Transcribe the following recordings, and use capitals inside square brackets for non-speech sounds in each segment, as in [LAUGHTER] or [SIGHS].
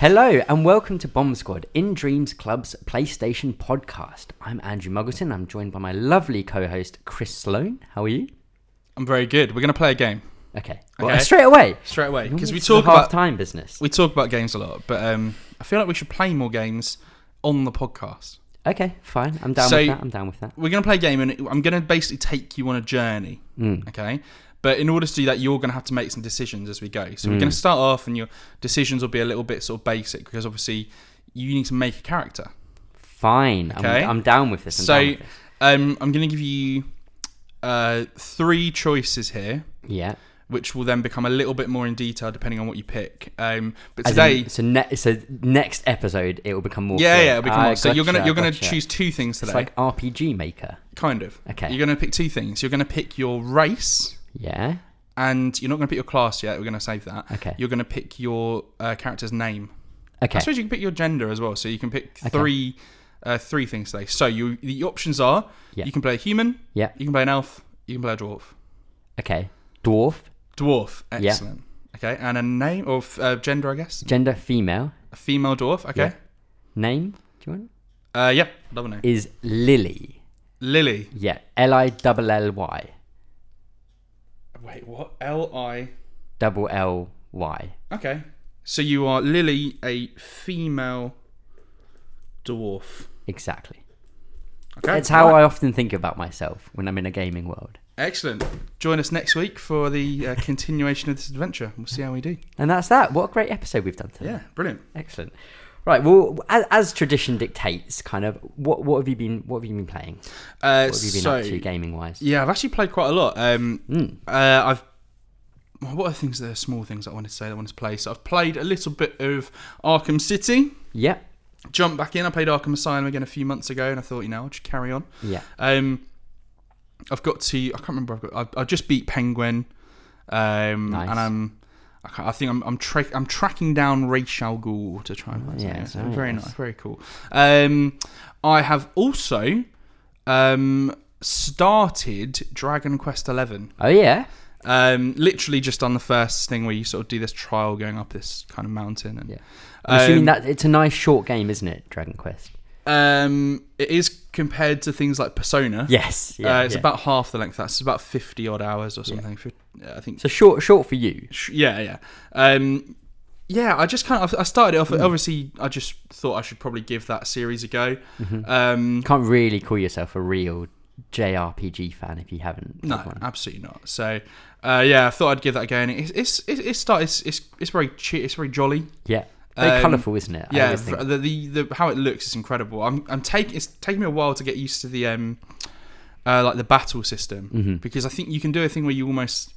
Hello and welcome to Bomb Squad in Dreams Club's PlayStation podcast. I'm Andrew Muggleton. I'm joined by my lovely co-host Chris Sloan. How are you? I'm very good. We're going to play a game Okay. Well, Okay. straight away. straight away because we It's the talk about half-time business. we talk about games a lot, but um, I feel like we should play more games on the podcast. Okay, fine. I'm down So- with that. I'm down with that. We're going to play a game, and I'm going to basically take you on a journey. Mm. Okay. But in order to do that, you're going to have to make some decisions as we go. So Mm. we're going to start off, and your decisions will be a little bit sort of basic because obviously you need to make a character. Fine. Okay. I'm, I'm down with this. I'm down so with this. um, I'm going to give you uh, three choices here. yeah. Which will then become a little bit more in detail depending on what you pick. Um, but As today, in- so, ne- so next episode it will become more. Yeah, clear. yeah, it'll become Ah, more. So you're gonna gotcha, you're gonna gotcha. choose two things today, It's like RPG Maker. kind of. Okay. You're gonna pick two things. You're gonna pick your race, Yeah. and you're not gonna pick your class yet. We're gonna save that. Okay. You're gonna pick your uh, character's name. I Okay. suppose you can pick your gender as well. So you can pick three uh, three things today. So you the options are Yeah. you can play a human, Yeah. you can play an elf, you can play a dwarf. Okay. Dwarf. Dwarf, Yeah. excellent. Okay, and a name or f- uh, gender, I guess. Gender female. A female dwarf. Okay. Name. Do you want? Yeah. Uh, yeah. Double name. Is Lily. Lily. Yeah. L i double l y. Wait, what? L I. Double l y. Okay. So you are Lily, a female dwarf. Exactly. Okay. That's how Right. I often think about myself when I'm in a gaming world. Excellent. Join us next week for the uh, continuation of this adventure. We'll see how we do. And that's that. What a great episode we've done today. Yeah, brilliant. Excellent. Right. Well, as, as tradition dictates, kind of, what what have you been what have you been playing? Uh, What have you been so, up to gaming wise? yeah, I've actually played quite a lot. Um, Mm. uh, I've well, what are things that are small things that I wanted to say that I wanted to play? So I've played a little bit of Arkham City. Yeah. Jumped back in. I played Arkham Asylum again a few months ago, and I thought, you know, I'll just carry on. Yeah. Um, I've got to. I can't remember. I've got. I, I just beat Penguin. Um, Nice. And I'm. I, can't, I think I'm. I'm, tra- I'm tracking down Rachel Ghoul to try and find. something yeah, oh, else. nice. Very nice. Very cool. Um, I have also um started Dragon Quest Eleven. Oh yeah. Um, literally just on the first thing where you sort of do this trial going up this kind of mountain and. Yeah. I'm Um, assuming that it's a nice short game, isn't it? Dragon Quest. Um, it is compared to things like Persona. Yes. uh, it's about half the length. of that. so It's about fifty odd hours or something. fif- I think. so short. Short for you. Sh- Yeah, yeah, um, yeah. I just kind of I started it off. Hmm. Obviously, I just thought I should probably give that series a go. Um, You Mm-hmm. can't really call yourself a real JRPG fan if you haven't. no, had one. absolutely not. So, uh, yeah, I thought I'd give that a go. And it's it's it's it's, start, it's, it's, it's very che- it's very jolly. Yeah. Very Um, colourful, isn't it? I yeah, always think- the, the the how it looks is incredible. I'm I'm taking it's taking me a while to get used to the um uh, like the battle system Mm-hmm. because I think you can do a thing where you almost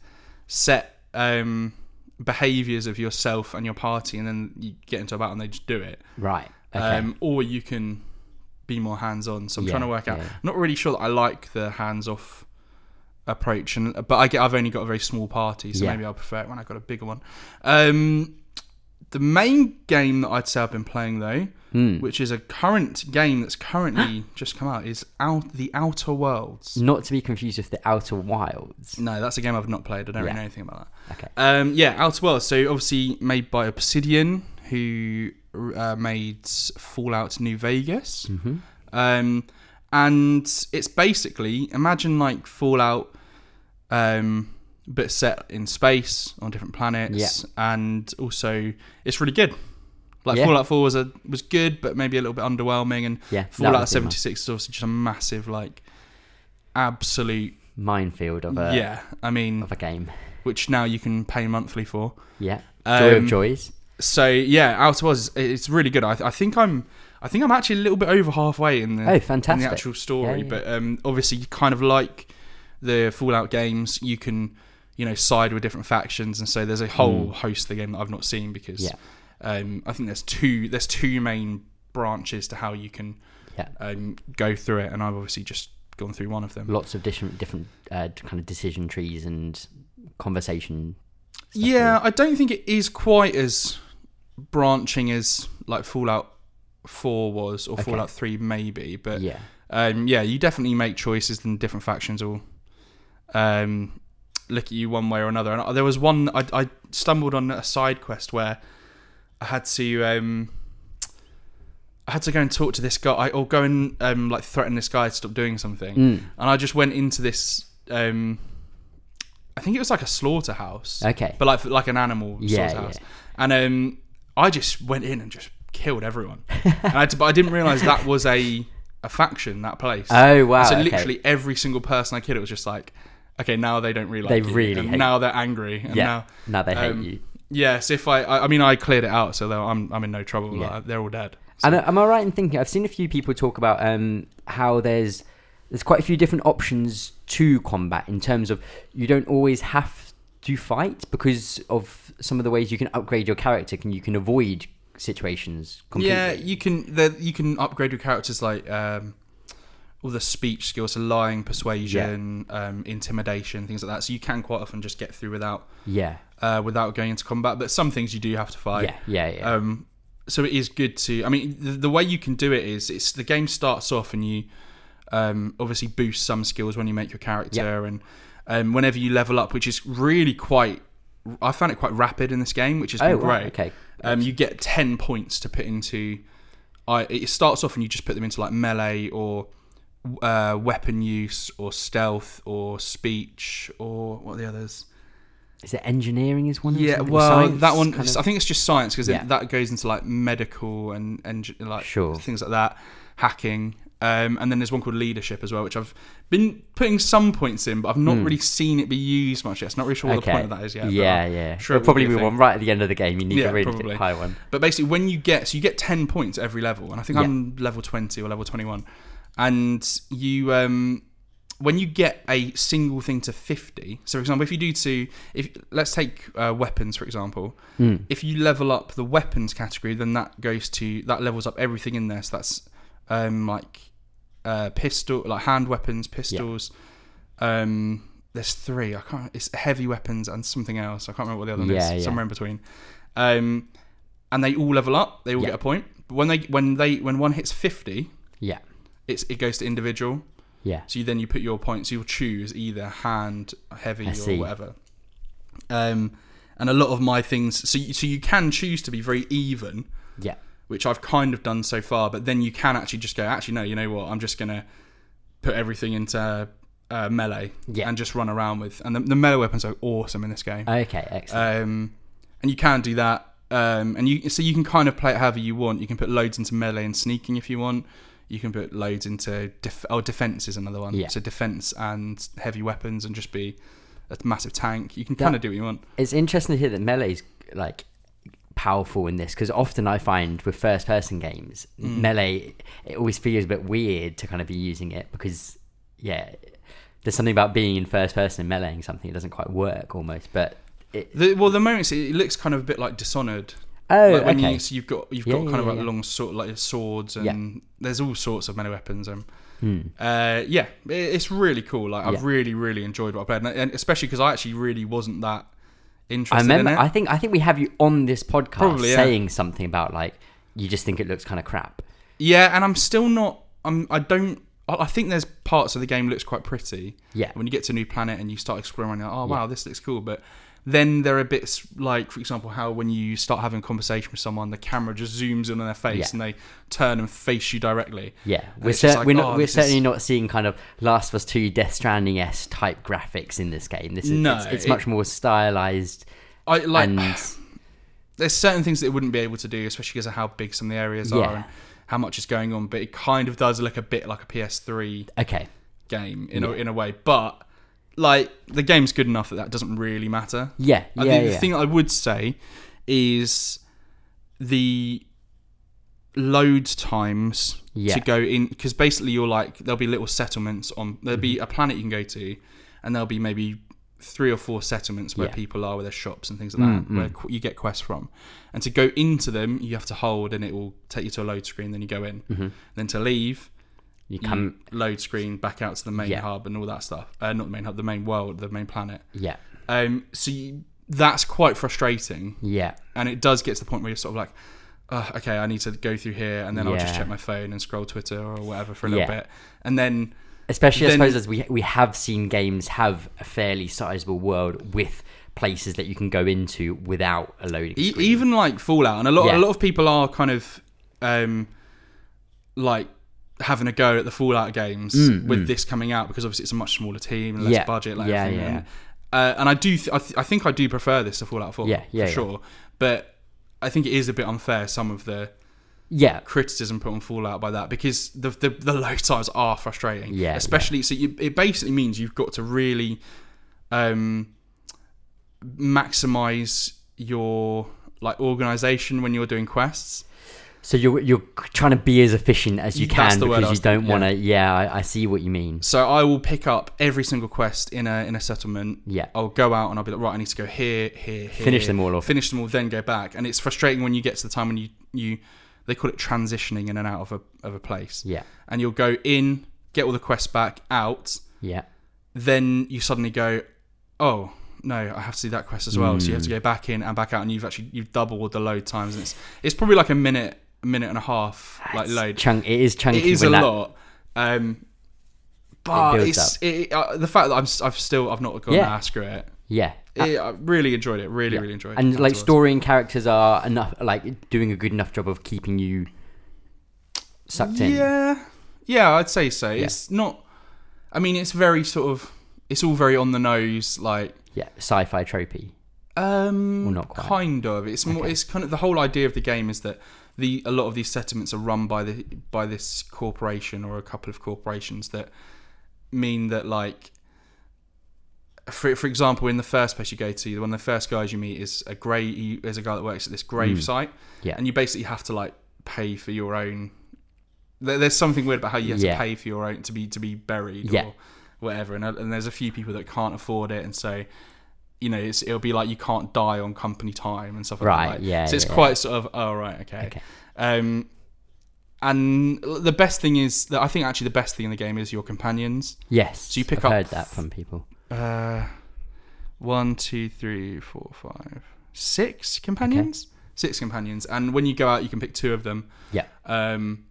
set um behaviors of yourself and your party and then you get into a battle and they just do it. right. Okay. Um or you can be more hands on. So I'm Yeah, trying to work out. yeah. I'm not really sure that I like the hands off approach and but I get I've only got a very small party, so Yeah. maybe I'll prefer it when I've got a bigger one. Um the main game that I'd say I've been playing though, Hmm. which is a current game that's [GASPS] currently just come out, is out the Outer Worlds. Not to be confused with the Outer Wilds. No, that's a game I've not played. I don't Yeah. really know anything about that. Okay. Um, yeah, Outer Worlds. So obviously made by Obsidian, who uh, made Fallout New Vegas, um, and it's basically imagine like Fallout, um, but set in space on different planets, and also it's really good. Like Yeah. Fallout 4 was a was good, but maybe a little bit underwhelming, and Yeah, that Fallout would be mine. 76 is obviously just a massive like absolute Minefield of a yeah. I mean, of a game. which now you can pay monthly for. Yeah. Joy Um, of joys. So yeah, Outer Worlds is- it's really good. I, I think I'm I think I'm actually a little bit over halfway in the Oh, fantastic. in the actual story. Yeah, yeah. But um, obviously, you kind of like the Fallout games. You can you know side with different factions, and so there's a whole host of the game that I've not seen because Mm. Yeah. um, I think there's two there's two main branches to how you can Yeah. um, go through it, and I've obviously just gone through one of them. Lots of different different uh, kind of decision trees and conversation. Yeah, I don't think it is quite as branching as like Fallout 4 was or Fallout 3 maybe, but Yeah. um yeah, you definitely make choices and different factions will um look at you one way or another. And there was one I, I stumbled on a side quest where I had to um, I had to go and talk to this guy, or go and um, like threaten this guy to stop doing something. And I just went into this. Um, I think it was like a slaughterhouse. Okay. But like like an animal Yeah, slaughterhouse. yeah. And um, I just went in and just killed everyone. and I had to, but I didn't realize that was a a faction that place. Oh, wow, So okay. literally every single person I killed, it was just like, okay, now they don't really. Like They you, really and hate now they're angry. And Yeah. Now, Now they hate um, you. Yes, if I, I, I mean, I cleared it out, so they're- I'm, I'm in no trouble. Yeah. Like, they're all dead. So- And uh, am I right in thinking I've seen a few people talk about um, how there's there's quite a few different options to combat in terms of you don't always have to fight because of some of the ways you can upgrade your character and you can avoid situations completely. yeah, you can, the, you can upgrade your characters like um, all the speech skills, so lying, persuasion, um, intimidation, things like that. So you can quite often just get through without, yeah, uh, without going into combat. But some things you do have to fight. yeah, yeah, yeah. Um, so it is good to. I mean, the, the way you can do it is it's the game starts off and you um, obviously boost some skills when you make your character and um, whenever you level up, which is really quite. I found it quite rapid in this game, which has oh, been right, great. okay. Um, you get ten points to put into. I it starts off and you just put them into like melee or uh, weapon use or stealth or speech or what are the others. Is it engineering is one? or Yeah, something? well, Science, that one kind I of- think it's just science because Yeah. that goes into like medical and and like Sure. things like that, hacking. Um, and then there's one called leadership as well, which I've been putting some points in, but I've not really seen it be used much yet. So not really sure what the Hmm. okay. point of that is yet. but yeah, I'm yeah. Sure, Sure, it will probably be be a one thing. right at the end of the game. You need Yeah, to really probably. high one. But basically, when you get so you get ten points at every level, and I think Yeah. I'm level twenty or level twenty one, and you um, when you get a single thing to fifty. So, for example, if you do to if let's take uh, weapons for example, Hmm, if you level up the weapons category, then that goes to that levels up everything in there. So that's um, like uh, pistol, like hand weapons, pistols. Um, there's three. I can't. It's heavy weapons and something else. I can't remember what the other one Yeah, is. yeah. Somewhere in between. Um, and they all level up. They all Yeah. get a point. But when they when they when one hits fifty, Yeah, it's it goes to individual. yeah. So you, then you put your points. You'll choose either hand, heavy, I or see. whatever. Um, and a lot of my things. So you, so you can choose to be very even, Yeah. which I've kind of done so far. But then you can actually just go. Actually, no. You know what? I'm just gonna put everything into uh, melee Yeah. and just run around with. And the, the melee weapons are awesome in this game. Okay, excellent. Um, and you can do that. Um, and you so you can kind of play it however you want. You can put loads into melee and sneaking if you want. You can put loads into def- oh defense is another one. Yeah. So defense and heavy weapons and just be a massive tank. You can kind of do what you want. it's interesting to hear that melee's like powerful in this because often I find with first person games Hmm. melee it always feels a bit weird to kind of be using it because yeah there's something about being in first person and meleeing something it doesn't quite work almost but it, The, well, the moments it looks kind of a bit like Dishonored. oh like when okay you, so you've got you've Yeah, got yeah, kind of yeah, like yeah. long sword like swords and Yeah. there's all sorts of melee weapons. Um, Hmm. uh, yeah, i- it's really cool. Like I've Yeah. really really enjoyed what I played, and- and especially because I actually really wasn't that interested. I remember in it. I think I think we have you on this podcast Probably, yeah. saying something about like you just think it looks kind of crap Yeah, and I'm still not. I'm. I don't. I I think there's parts of the game looks quite pretty. yeah When you get to a new planet and you start exploring, you're like, oh wow, this looks cool. But then there are bits like, for example, how when you start having a conversation with someone, the camera just zooms in on their face Yeah. and they turn and face you directly. Yeah, And we're, it's just cer- like, we're, not, oh, we're this is- certainly not seeing kind of Last of Us Two, Death Stranding s type graphics in this game. This is No, it's, it's it- much more stylized I like. and [SIGHS] there's certain things that it wouldn't be able to do, especially because of how big some of the areas Yeah. are and how much is going on. But it kind of does look a bit like a PS3 okay, game in a in a way. But like the game's good enough that that doesn't really matter. yeah, I yeah, think yeah. the thing I would say is the load times Yeah. to go in because basically you're like there'll be little settlements on there'll be Mm-hmm. a planet you can go to and there'll be maybe three or four settlements where Yeah. people are where there's shops and things like that where qu- you get quests from and to go into them you have to hold and it will take you to a load screen then you go in then to leave you you Mm-hmm. come, load screen back out to the main Yeah. hub and all that stuff uh, not the main hub the main world the main planet yeah, um, so you, that's quite frustrating, yeah, and it does get to the point where you're sort of like, "Ugh, okay, I need to go through here, and then I'll just Yeah. check my phone and scroll Twitter or whatever for a little Yeah. bit, and then especially Then- I suppose as we we have seen games have a fairly sizable world with places that you can go into without a loading E- screen. even like Fallout, and a lot Yeah. a lot of people are kind of um, like having a go at the Fallout games with this coming out because obviously it's a much smaller team, and less Mm, Yeah. budget, like Yeah, everything. yeah. And, uh, and I do, th- I, th- I think I do prefer this to Fallout Four, Yeah, yeah, for yeah. sure. But I think it is a bit unfair some of the yeah, criticism put on Fallout by that because the the, the load times are frustrating. Yeah, especially so you, it basically means you've got to really um, maximize your like organization when you're doing quests. so you're you're trying to be as efficient as you That's can the word I because you was- don't yeah. want to. Yeah, I, I see what you mean. So I will pick up every single quest in a in a settlement. Yeah. I'll go out and I'll be like, right, I need to go here, here, here. Finish them all off. Finish them all, then go back. And it's frustrating when you get to the time when you you they call it transitioning in and out of a of a place. Yeah, And you'll go in, get all the quests back, out, yeah, then you suddenly go, oh no, I have to do that quest as well. So you have to go back in and back out, and you've actually you've doubled the load times. And it's it's probably like a minute, a minute and a half, like It's load. Chunk, it is chunky. It is a when that- lot, um, but builds it's up. it, uh, the fact that I'm s- I've still I've not gone Yeah. ah, screw it. Yeah, it. I really enjoyed it. Really, really enjoyed it. and like afterwards. story and characters are enough, like doing a good enough job of keeping you sucked in. Yeah, yeah, I'd say so. It's not. I mean, it's very sort of. It's all very on the nose, like yeah, sci-fi tropey. Um, Or not quite? kind of. It's more. It's kind of the whole idea of the game is that the a lot of these settlements are run by the by this corporation or a couple of corporations that mean that like. For, for example, in the first place you go to, one of the first guys you meet is a grey. There's a guy that works at this grave site, Hmm. Yeah. and you basically have to like pay for your own. There, there's something weird about how you have Yeah. to pay for your own to be to be buried Yeah. or whatever, and, uh, and there's a few people that can't afford it, and so you know, it's, it'll be like you can't die on company time and stuff like Right, that. Like, yeah, So it's yeah, quite sort of, oh, right, okay. Okay. Um, and the best thing is that I think actually the best thing in the game is your companions. Yes. So you I've pick up- heard that from people. Uh, one, two, three, four, five, six companions. Six companions, and when you go out, you can pick two of them. Yeah. Um,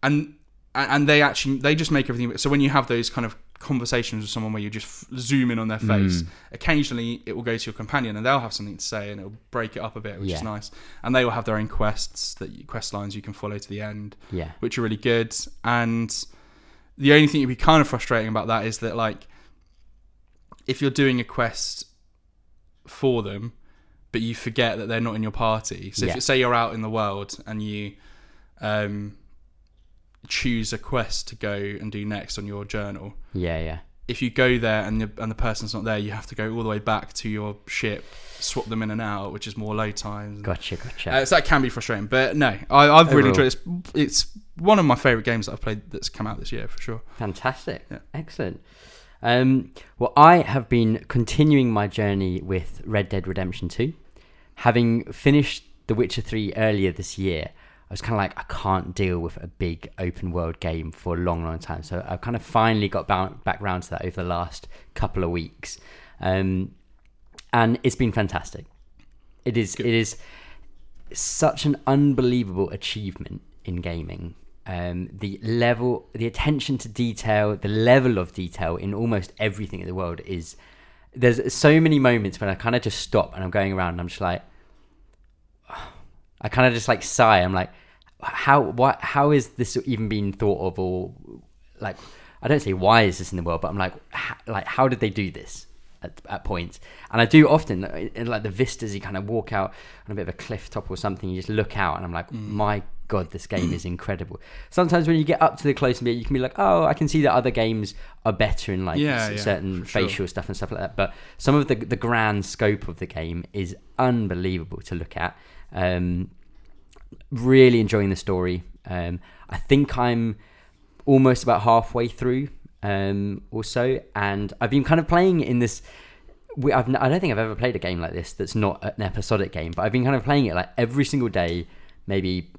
and and and they actually they just make everything. So when you have those kind of conversations with someone where you just f- zoom in on their Hmm. face, occasionally it will go to your companion and they'll have something to say and it'll break it up a bit, which Yeah. is nice. And they will have their own quests that you, quest lines you can follow to the end Yeah. which are really good. And the only thing that'd be kind of frustrating about that is that like if you're doing a quest for them, but you forget that they're not in your party. So Yeah. if you say you're out in the world and you um, choose a quest to go and do next on your journal. Yeah. Yeah. If you go there and the, and the person's not there, you have to go all the way back to your ship, swap them in and out, which is more load times. Gotcha. Gotcha. Uh, so that can be frustrating, but no, I, I've really Overall. enjoyed it. It's, it's one of my favourite games that I've played that's come out this year for sure. Fantastic. Yeah. Excellent. Um, well, I have been continuing my journey with Red Dead Redemption 2. Having finished The Witcher 3 earlier this year, I was kind of like, I can't deal with a big open world game for a long, long time. So I've kind of finally got bou- back round to that over the last couple of weeks. Um, and it's been fantastic. It is. It is such an unbelievable achievement in gaming. Um, the level, the attention to detail, the level of detail in almost everything in the world is. There's so many moments when I kind of just stop and I'm going around and I'm just like, I kind of just like sigh. I'm like, how why how is this even being thought of or like I don't say why is this in the world, but I'm like h- like how did they do this at, at points? And I do often uh, in, in, like the vistas you kind of walk out on a bit of a cliff top or something, you just look out and I'm like, Mm. my god, this game is incredible. Sometimes when you get up to the close bit, you can be like, oh, I can see that other games are better in like Yeah, s- yeah, certain for sure. facial facial stuff and stuff like that. But some of the the grand scope of the game is unbelievable to look at. Um, really enjoying the story. Um, I think I'm almost about halfway through um, or so, and I've been kind of playing in this. We, I've, n- I don't think I've ever played a game like this that's not an episodic game, but I've been kind of playing it like every single day, maybe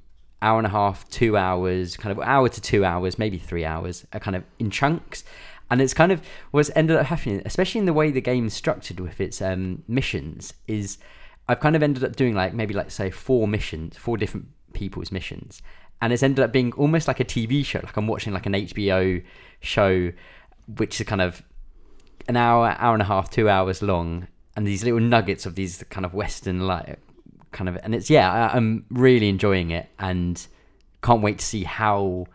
hour and a half, two hours, kind of hour to two hours, maybe three hours, uh, kind of in chunks. And it's kind of what's ended up happening, especially in the way the game's structured with its um, missions, is I've kind of ended up doing like maybe like say four missions, four different people's missions, and it's ended up being almost like a TV show. Like I'm watching like an HBO show, which is kind of an hour, hour and a half, two hours long, and these little nuggets of these kind of Western like kind of, and it's yeah, I, I'm really enjoying it and can't wait to see how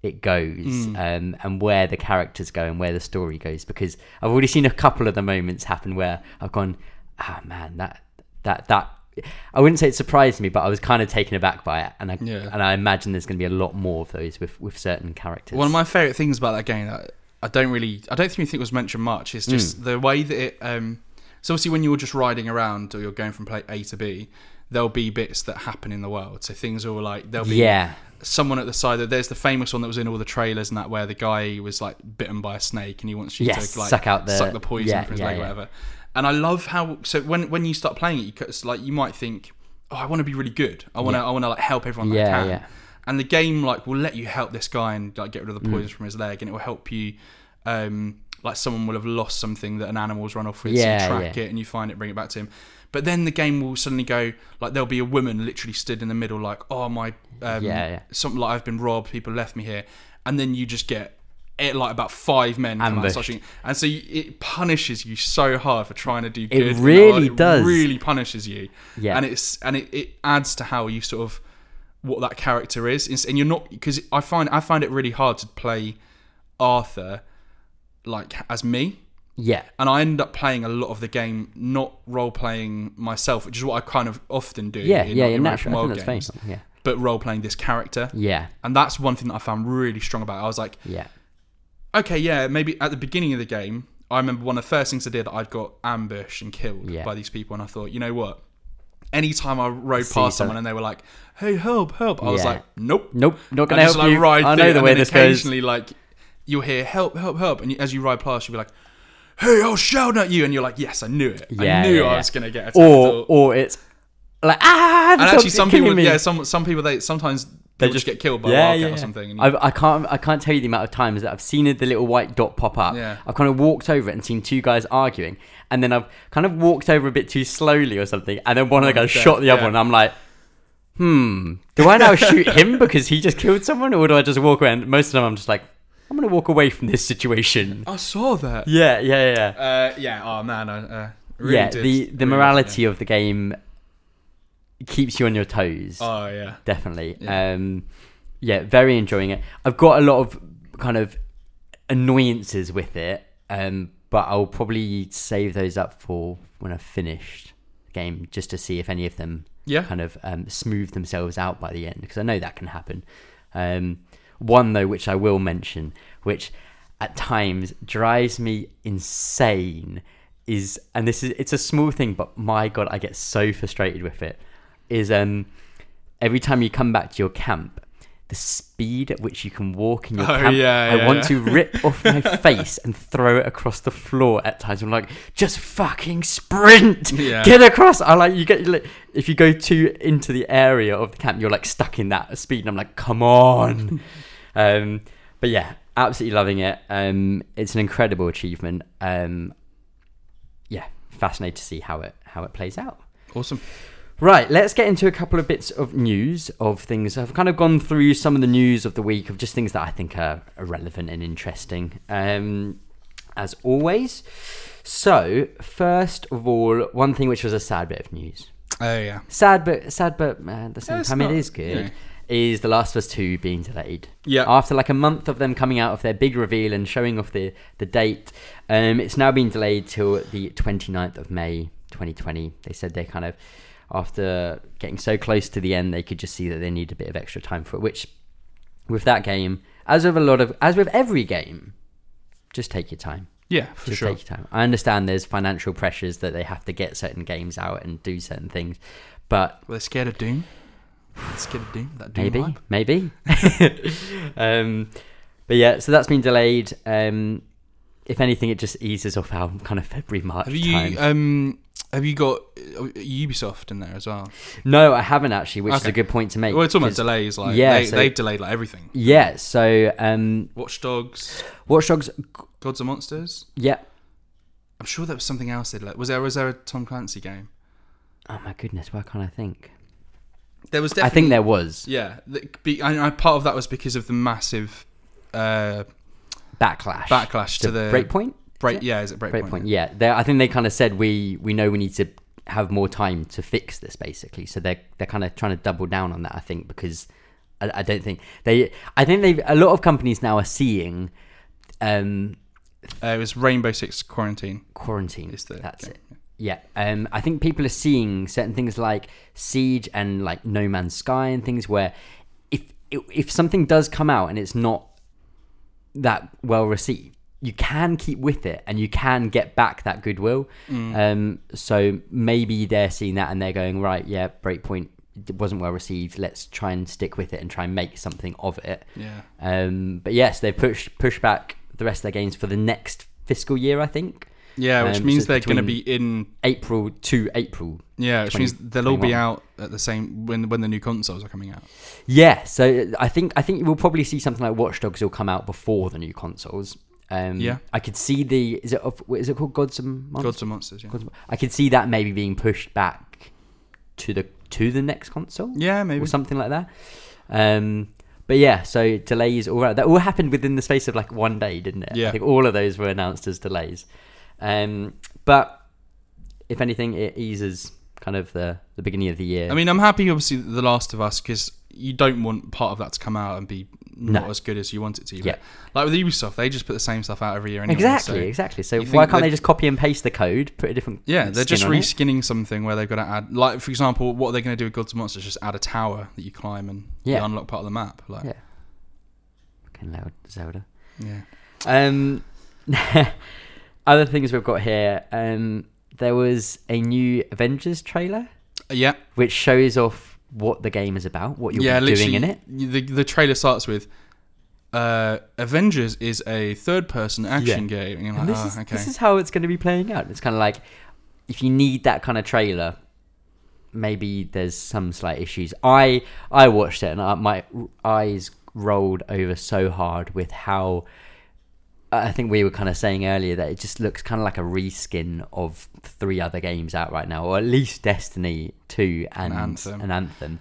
it goes Hmm. um, and where the characters go and where the story goes because I've already seen a couple of the moments happen where I've gone, ah man, that that that. I wouldn't say it surprised me, but I was kind of taken aback by it, and I Yeah. and I imagine there's going to be a lot more of those with with certain characters. One of my favorite things about that game that I don't really, I don't think it was mentioned much. Is just the way that it. Um, so obviously, when you're just riding around or you're going from play A to B, there'll be bits that happen in the world. So things will like there'll be yeah, someone at the side. That there's the famous one that was in all the trailers and that where the guy was like bitten by a snake and he wants you Yes, to like suck out the- suck the poison yeah, from his yeah, leg, or yeah. whatever. And I love how so when when you start playing it, you, c- it's like you might think, oh, I want to be really good. I want to I want to like help everyone that Yeah, I can. yeah. And the game like will let you help this guy and like get rid Mm. of the poison from his leg, and it will help you. Um, like someone will have lost something that an animal's run off with, Yeah, so you track yeah. it and you find it, bring it back to him. But then the game will suddenly go like there'll be a woman literally stood in the middle, like, oh my, um, Yeah, yeah. something like I've been robbed, people left me here, and then you just get it like about five men come out and, Ambushed. start shooting. and so you, it punishes you so hard for trying to do good. It in that really world. does. Really punishes you. Yeah. and it's and it, it adds to how you sort of what that character is, It's- and you're not because I find I find it really hard to play Arthur like as me yeah, and I end up playing a lot of the game not role playing myself, which is what I kind of often do. yeah, in, yeah. like, You're in natural. I open think that's world games, fair. Yeah, but role playing this character, yeah, and that's one thing that I found really strong about. it. I was like, yeah. okay, yeah, maybe at the beginning of the game, I remember one of the first things I did, I got ambushed and killed Yeah. by these people, and I thought, you know what? Anytime I rode See past some- someone and they were like, "Hey, help, help," I was Yeah. like, "Nope, Nope, not And gonna I just help like you. ride I through it, know the and way then this goes. occasionally like you'll hear help, help, help, and you, as you ride past, you'll be like, "Hey, I'll shout at you," and you're like, "Yes, I knew it. Yeah, I knew yeah, I yeah. was gonna get attacked." Or or it's like ah. The and actually, some people, me. yeah, some some people they sometimes they just, just- get killed by a yeah, wildcat yeah. or something. And you- I've, I can't I can't tell you the amount of times that I've seen the little white dot pop up. Yeah. I've kind of walked over it and seen two guys arguing, and then I've kind of walked over a bit too slowly or something, and then one of the guys dead, shot the other Oh, yeah. one. And I'm like, hmm, do I now [LAUGHS] shoot him because he just killed someone, or do I just walk away? And most of the time, I'm just like, I'm gonna walk away from this situation. I saw that. Yeah, yeah, yeah. Uh, yeah. Oh man, I uh, really yeah, did. the the really morality of the game keeps you on your toes. did. Oh yeah. definitely. Um, yeah, very enjoying it. I've got a lot of kind of annoyances with it, um, but I'll probably save those up for when I've finished the game, just to see if any of them Yeah. kind of um, smooth themselves out by the end, because I know that can happen. Um, one though, which I will mention, which at times drives me insane, is and this is it's a small thing, but my god, I get so frustrated with it. Is um every time you come back to your camp, the speed at which you can walk in your Oh, camp, yeah, I yeah, want yeah. to [LAUGHS] rip off my face and throw it across the floor at times. I'm like, just fucking sprint, Yeah. get across. I like you get like, if you go too into the area of the camp, you're like stuck in that speed, and I'm like, come [LAUGHS] on. um, but yeah, absolutely loving it. Um, it's an incredible achievement. Um, yeah, fascinated to see how it how it plays out. Awesome. Right, let's get into a couple of bits of news of things. I've kind of gone through some of the news of the week of just things that I think are are relevant and interesting, um, as always. So, first of all, one thing which was a sad bit of news, Oh yeah. sad but sad but uh, at the same It's time not- it is good, yeah. is The Last of Us Two being delayed. Yeah. After like a month of them coming out of their big reveal and showing off the the date, um, it's now been delayed till the 29th of May 2020. They said they kind of after getting so close to the end, they could just see that they need a bit of extra time for it. Which, with that game, as with a lot of as with every game, just take your time Yeah, for just sure. take your time. I understand there's financial pressures that they have to get certain games out and do certain things, but Were they scared of Doom? They're scared of Doom? That Doom maybe, hype? maybe. [LAUGHS] um, but yeah, so that's been delayed. Um, if anything, it just eases off our kind of February March Have you time. um have you got uh, Ubisoft in there as well? no, I haven't actually, which is Okay. a good point to make. Well, it's almost 'cause- delays. Like yeah, they, so- they've delayed like everything. yeah. So um, Watch Dogs, Watch Dogs. Gods and Monsters. Yeah. I'm sure there was something else they delayed. Was there was there a Tom Clancy game? Oh my goodness, why can't I think? There was I definitely. think there was yeah, the, be, and I, part of that was because of the massive uh, backlash. backlash to the breakpoint. Break, yeah, is it breakpoint? Great point. Yeah, they I think they kind of said we we know we need to have more time to fix this basically. So they're they're kind of trying to double down on that. I think because I, I don't think they. I think they have a lot of companies now are seeing um, Uh, it was Rainbow Six Quarantine. quarantine. Is the That's game, it. Yeah. Um, I think people are seeing certain things like Siege and like No Man's Sky and things where if if something does come out and it's not that well received, you can keep with it and you can get back that goodwill. Um, so maybe they're seeing that and they're going right, yeah, Breakpoint d- wasn't well received. Let's try and stick with it and try and make something of it. Yeah. Um, but yes, they push push back the rest of their games for the next fiscal year, I think. Yeah, which Um, means so they're it's going to be between in. April to April. Yeah, which 20 means they'll all be 21. out at the same when when the new consoles are coming out. Yeah, so I think I think we'll probably see something like Watch Dogs will come out before the new consoles. Um, Yeah. I could see the is it of- is it called Gods and Monsters? Gods and Monsters. Yeah, Oh. Gods and- I could see that maybe being pushed back to the to the next console yeah maybe. or something like that. Um, but yeah, so delays all around. That all happened within the space of like one day, didn't it? Yeah. I think all of those were announced as delays. Um, but if anything, it eases kind of the the beginning of the year. I mean, I'm happy obviously that The Last of Us because you don't want part of that to come out and be not No. as good as you want it to. But Yeah. Like with Ubisoft, they just put the same stuff out every year anyway. Exactly, so- exactly. So you why think can't they- they just copy and paste the code, put a different Yeah, they're skin just on it? reskinning something where they've got to add, like for example, what they're going to do with Gods and Monsters, just add a tower that you climb and you Yeah. unlock part of the map. Like, Yeah. Fucking loud Zelda. yeah. Um, [LAUGHS] other things we've got here. Um, there was a new Avengers trailer Uh, yeah, which shows off what the game is about, what you're yeah, doing in it. y- The, the trailer starts with uh, Avengers is a third person action game. And you're like, And this, oh, is, okay. this is how it's going to be playing out. It's kind of like if you need that kind of trailer, maybe there's some slight issues. I I watched it and I, my eyes rolled over so hard with how I think we were kind of saying earlier that it just looks kind of like a reskin of three other games out right now, or at least Destiny Two and an Anthem. Anthem.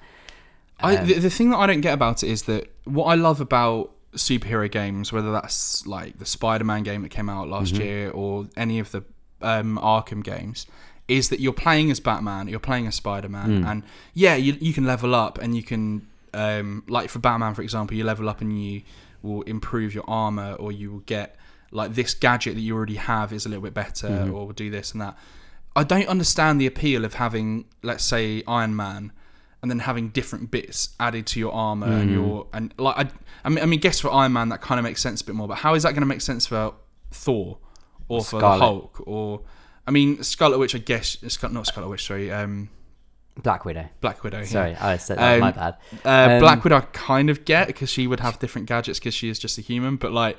I, Um, the, the thing that I don't get about it is that what I love about superhero games, whether that's like the Spider-Man game that came out last year or any of the um, Arkham games, is that you're playing as Batman, you're playing as Spider-Man, and yeah, you you can level up and you can um, like for Batman, for example, you level up and you will improve your armor or you will get like this gadget that you already have is a little bit better or will do this and that. I don't understand the appeal of having, let's say, Iron Man, and then having different bits added to your armor Mm-hmm. and your and like I, I mean, I mean, guess for Iron Man that kind of makes sense a bit more, but how is that going to make sense for Thor or for the Scarlet. Hulk or I mean, Scarlet Witch? I guess Scar- not Scarlet Witch, sorry, um, Black Widow. Black Widow. yeah. Sorry, I said that. my Um, bad. Uh, Um, Black Widow, I kind of get because she would have different gadgets because she is just a human, but like.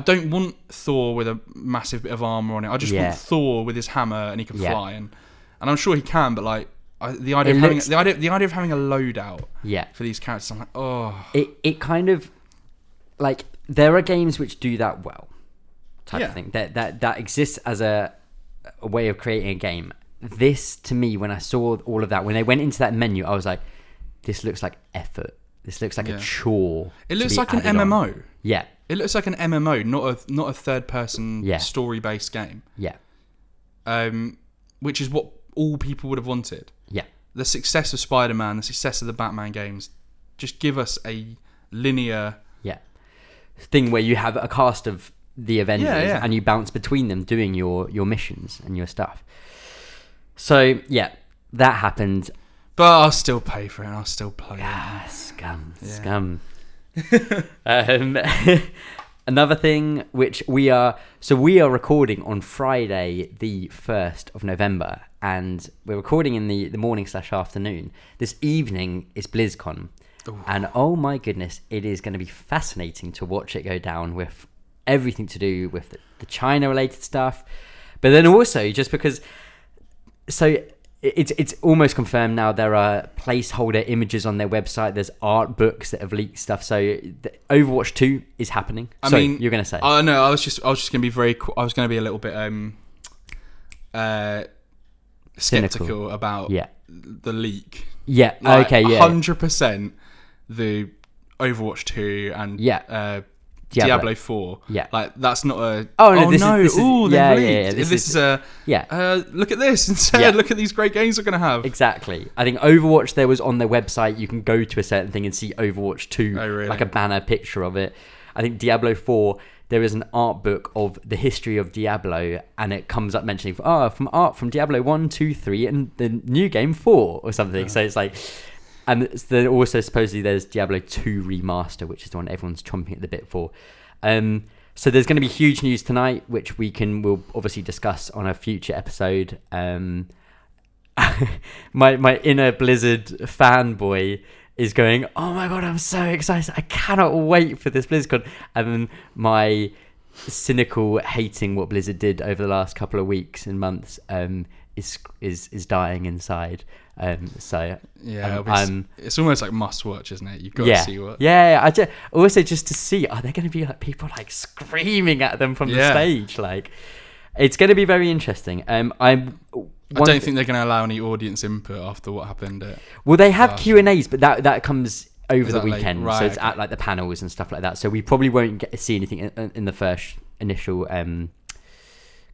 I don't want Thor with a massive bit of armor on it. I just Yeah. want Thor with his hammer and he can Yeah. fly and, and I'm sure he can. But like I, the idea It of having looks- the idea the idea of having a loadout Yeah. for these characters, I'm like, oh, it it kind of like there are games which do that well type Yeah. of thing that that that exists as a, a way of creating a game this to me when i saw all of that when they went into that menu i was like this looks like effort this looks like Yeah. a chore it to looks be like an added on. MMO. yeah It looks like an MMO, not a not a third person Yeah. story based game, yeah um, which is what all people would have wanted. yeah The success of Spider Man, the success of the Batman games, just give us a linear. yeah thing where you have a cast of the Avengers yeah. and you bounce between them doing your your missions and your stuff so yeah that happened But I'll still pay for it. and I'll still play it. Ah, scum, scum. um, [LAUGHS] another thing which we are so we are recording on Friday, the first of November, and we're recording in the the morning slash afternoon. This evening is BlizzCon, and oh my goodness, it is going to be fascinating to watch it go down with everything to do with the, the China related stuff, but then also just because so i- it's it's almost confirmed now. There are placeholder images on their website. There's art books that have leaked stuff. So the Overwatch Two is happening. I Sorry, mean, you're gonna say I know. I was just I was just gonna be very. qu- I was gonna be a little bit um, uh, skeptical Cynical. about yeah, the leak. yeah, okay, yeah. hundred percent the Overwatch two and Yeah. uh, Diablo. Diablo, 4. Yeah. Like, that's not a. Oh, no, this is- no. this is- Ooh, yeah, they've yeah, yeah, leaked. this This, is- is, a. Yeah. Uh, look at this [LAUGHS] instead. Yeah. Look at these great games we're going to have. Exactly. I think Overwatch there was on their website you can go to a certain thing and see Overwatch 2 Oh, really? like a banner picture of it. I think Diablo 4 there is an art book of the history of Diablo and it comes up mentioning oh from art from Diablo 1 2 3 and the new game 4 or something. Uh-huh. So it's like and it's then also supposedly there's Diablo 2 remaster which is the one everyone's chomping at the bit for. Um so there's going to be huge news tonight which we can we'll obviously discuss on a future episode. Um [LAUGHS] my my inner Blizzard fanboy is going, "Oh my god, I'm so excited! I cannot wait for this BlizzCon." And then my cynical hating what Blizzard did over the last couple of weeks and months um, is is is dying inside. Um, so Yeah. um, it'll be s- I'm. it's almost like must watch, isn't it? You've got Yeah, to see what. yeah, yeah. I ju- also just to see are there going to be like people like screaming at them from the Yeah. stage? Like, it's going to be very interesting. Um, I'm. I don't think they're going to allow any audience input after what happened. At, Well, they have Last Q and A's, but that that comes over Is the that late? weekend, Right, so it's okay. at like the panels and stuff like that. So we probably won't get to see anything in, in the first initial um,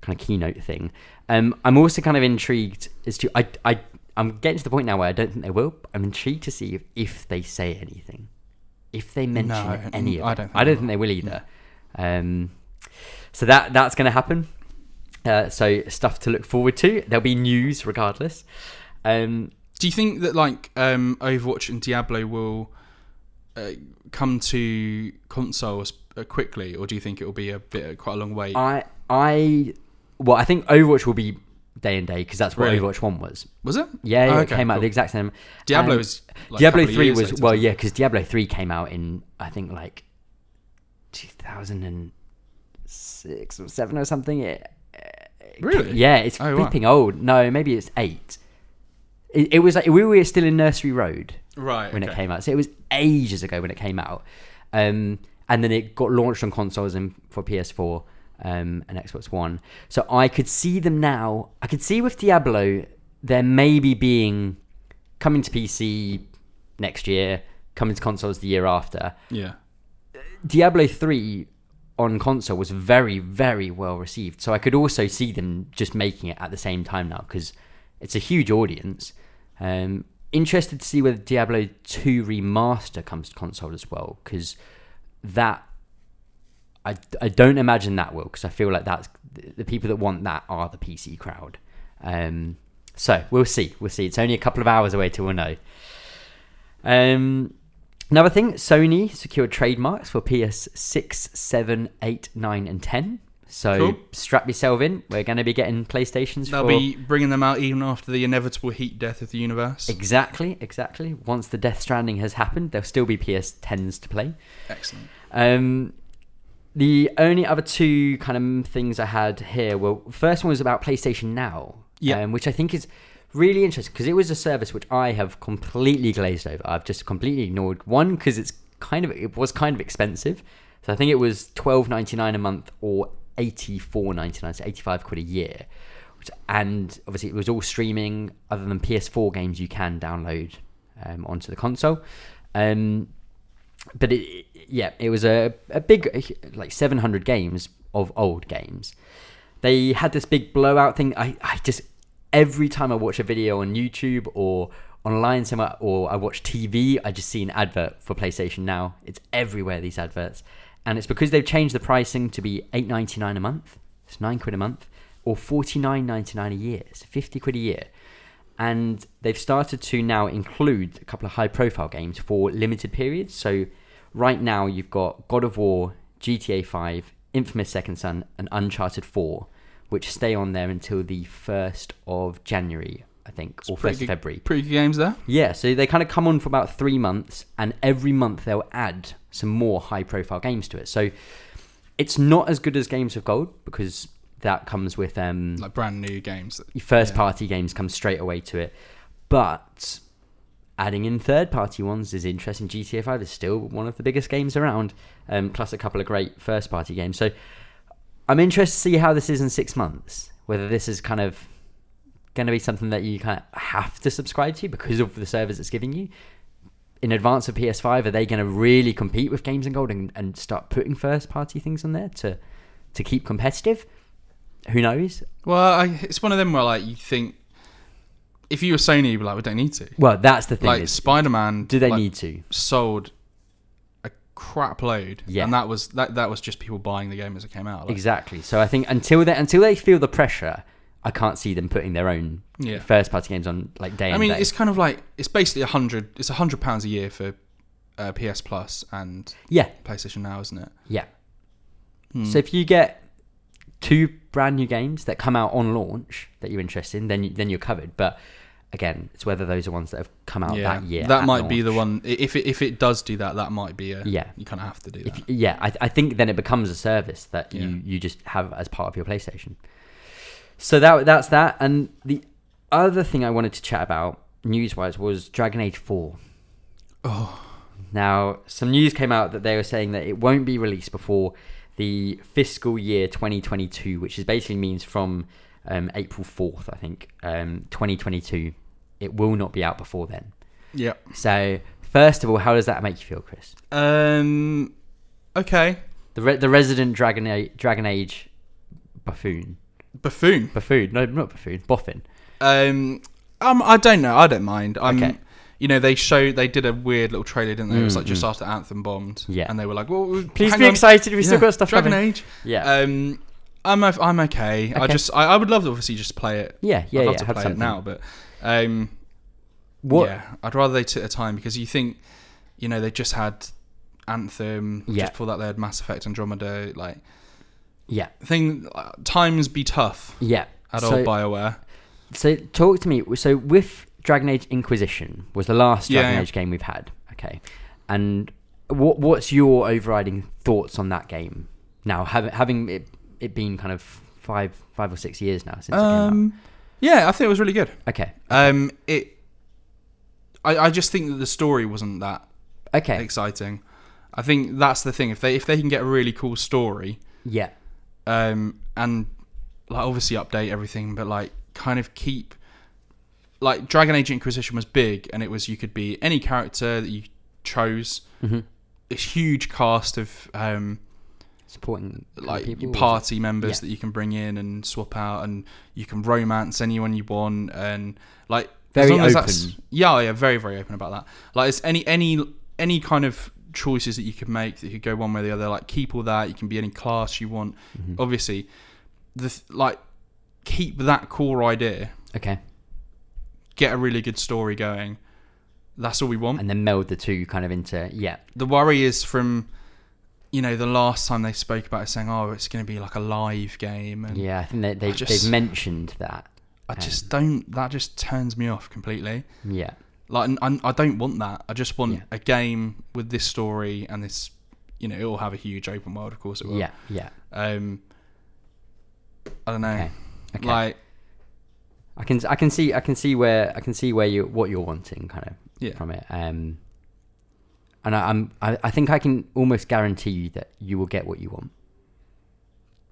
kind of keynote thing. Um, I'm also kind of intrigued as to I I I'm getting to the point now where I don't think they will. but I'm intrigued to see if, if they say anything, if they mention No, any of I it. don't think I they don't think they will either. Um, so that that's going to happen. Uh, so stuff to look forward to. There'll be news regardless. Um, do you think that like um, Overwatch and Diablo will uh, come to consoles uh, quickly, or do you think it will be a bit quite a long wait? I I well, I think Overwatch will be day and day because that's what Really? Overwatch One was. Was it? Yeah, yeah Oh, it okay, came out cool. the exact same. Diablo Um, is like, Diablo a couple of Three years was later, well, isn't yeah, it? because Diablo Three came out in I think like two thousand and six or seven or something. It, Really? yeah, it's Oh, wow. flipping old. No, maybe it's eight. It, it was like we were still in Nursery Road Right. when it okay. came out. So it was ages ago when it came out. Um, and then it got launched on consoles and for PS4 um, and Xbox One. So I could see them now. I could see with Diablo there maybe being coming to PC next year, coming to consoles the year after. Yeah. Diablo 3 on console was very, very well received. So I could also see them just making it at the same time now because it's a huge audience. Um, interested to see whether Diablo 2 Remaster comes to console as well because that. I, I don't imagine that will because I feel like that's the- the people that want that are the PC crowd. Um, so we'll see. We'll see. It's only a couple of hours away till we know. Um, Another thing, Sony secured trademarks for PS6, 7, 8, 9, and 10. So Cool. strap yourself in. We're going to be getting PlayStations They'll for be bringing them out even after the inevitable heat death of the universe. exactly, exactly. Once the Death Stranding has happened, there'll still be PS10s to play. Excellent. Um, the only other two kind of things I had here were first one was about PlayStation Now, Yeah. um, which I think is really interesting because it was a service which I have completely glazed over. I've just completely ignored one because it's kind of it was kind of expensive, so I think it was twelve ninety nine a month or eighty four ninety nine, so eighty five quid a year. Which- And obviously, it was all streaming. Other than PS4 games, you can download um, onto the console. Um, but it, yeah, it was a, a big like 700 games of old games. They had this big blowout thing. I, I just every time I watch a video on YouTube or online somewhere or I watch TV, I just see an advert for PlayStation Now. It's everywhere these adverts, and it's because they've changed the pricing to be 8.99 a month. It's nine quid a month, or 49.99 a year. It's 50 quid a year and they've started to now include a couple of high profile games for limited periods. So right now you've got God of War, GTA 5, Infamous Second Son and Uncharted 4 which stay on there until the 1st of January, I think, or 1st Pretty of good- February. Pretty good games there. Yeah, so they kind of come on for about three months, and every month they'll add some more high profile games to it. So it's not as good as Games of Gold because that comes with um, Like brand new games. that- first Yeah. party games come straight away to it. But adding in third party ones is interesting. GTA 5 is still one of the biggest games around, um, plus a couple of great first party games. So I'm interested to see how this is in six months, whether this is kind of going to be something that you kind of have to subscribe to because of the service it's giving you. in advance of PS5, are they going to really compete with Games and Gold and, and start putting first party things on there to to keep competitive? Who knows? Well, I, it's one of them where like you think if you were Sony, you'd be like, we don't need to. Well, that's the thing. like is, Spider Man, do they need to? sold a crap load? Yeah. and that was that that was just people buying the game as it came out. Like, Exactly. So I think until they until they feel the pressure, I can't see them putting their own Yeah. first party games on like day. I and mean, day. it's kind of like it's basically a hundred. It's a hundred pounds a year for uh, PS Plus and yeah, PlayStation Now, isn't it? Hmm. yeah. Mm. So if you get two brand new games that come out on launch that you're interested in, then you, then you're covered. But again, it's whether those are ones that have come out that year. That at might be the launch. one. i- If it, if it does do that, that might be a. Yeah. you kind of have to do that. If, yeah, I, I think then it becomes a service that you, Yeah. you just have as part of your PlayStation. So that that's that. And the other thing I wanted to chat about news wise was Dragon Age 4. oh, Now, some news came out that they were saying that it won't be released before the fiscal year 2022, which is basically means from um, April 4th, I think, um, 2022. It will not be out before then. yeah. So, first of all, how does that make you feel, Chris? Um. Okay. The re- the resident Dragon Age, Dragon Age buffoon, Buffoon. buffoon, no, not buffoon, boffin. Um, um, I don't know. I don't mind. I'm, Okay. you know, they showed they did a weird little trailer, didn't they? It was like just after Anthem bombed. Mm-hmm. Yeah. and they were like, "Well, we- Please hang be on. excited. We still Yeah, got stuff Dragon coming. Age. Yeah, Um, I'm o- I'm okay. I Okay. just I, I would love to obviously just play it. yeah, yeah, I'd yeah. love to have play something. it now, but um, What? yeah, I'd rather they took their time because you think, you know, they just had Anthem. Yeah. Just before that, they had Mass Effect Andromeda. Like Yeah, thing, uh, times be tough yeah. at So- old Bioware. So talk to me. So with Dragon Age Inquisition was the last Yeah, Dragon yeah. Age game we've had. Okay, and what what's your overriding thoughts on that game now? Having having it, it been kind of five five or six years now since it came Um, yeah, I think it was really good. out. Okay, Um, it. I, I just think that the story wasn't that okay, exciting. I think that's the thing. If they if they can get a really cool story, yeah, um, and like obviously update everything, but like kind of keep like Dragon Age Inquisition was big, and it was you could be any character that you chose. Mhm. This huge cast of um, supporting kind of like people, party members Yeah. that you can bring in and swap out, and you can romance anyone you want, and like Very as long as open. that's- yeah, yeah, very very open about that. Like, it's any any any kind of choices that you could make that you could go one way or the other. Like, keep all that. You can be any class you want. Mm-hmm. Obviously, the th- like keep that core idea. Okay, Get a really good story going. That's all we want. and then meld the two kind of into yeah, the worry is from you know the last time they spoke about it saying oh it's going to be like a live game and yeah. I think they, they just- they've mentioned that. I just don't. That just turns me off completely. Yeah, Like, I, I don't want that. I just want Yeah. a game with this story and this. You know, it will have a huge open world, of course it will. yeah, yeah. Um. I don't know. Okay. Okay. Like, I can I can see I can see where I can see where you what you're wanting kind of Yeah. from it. Um, and I, I'm I, I think I can almost guarantee you that you will get what you want.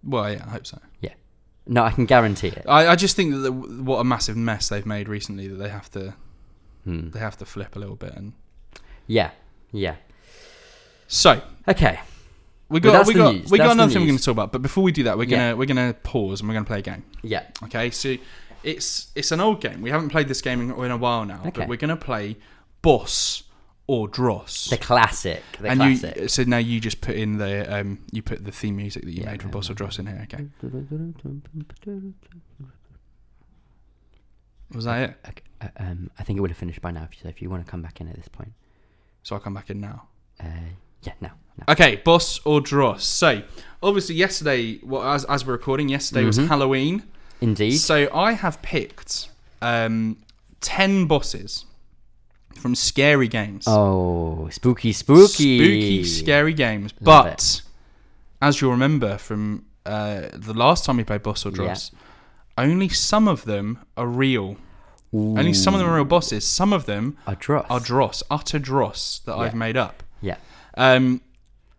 well, yeah, I hope so. Yeah. No, I can guarantee it. I, I just think that the, what a massive mess they've made recently that they have to Hmm. they have to flip a little bit. And Yeah. Yeah. so Okay. we Well, got that's we the got news. we That's got the another thing we're going news. to talk about. But before we do that, we're gonna Yeah. we're gonna pause and we're gonna play a game. Yeah. Okay, so it's it's an old game. We haven't played this game in, in a while now, Okay. but we're gonna play Boss or Dross. The classic. The and classic. you so now you just put in the um you put the theme music that you Yeah, made for yeah, Boss or Dross in here. Uh, Okay, Mm-hmm. was that it? Okay, uh, um, I think it would have finished by now. So if you want to come back in at this point, So I'll come back in now. uh, yeah, no, no. Okay, Boss or Dross. So obviously yesterday, well as as we're recording, yesterday Mm-hmm. was Halloween. Indeed. So I have picked um ten bosses from scary games. Oh, spooky, spooky, spooky, scary games. Love but as you'll remember from uh, the last time we played Boss or Dross, only some of them are real. Only some of them are real bosses. Some of them A dross. are dross, utter dross that I've Yeah. made up. yeah. Um,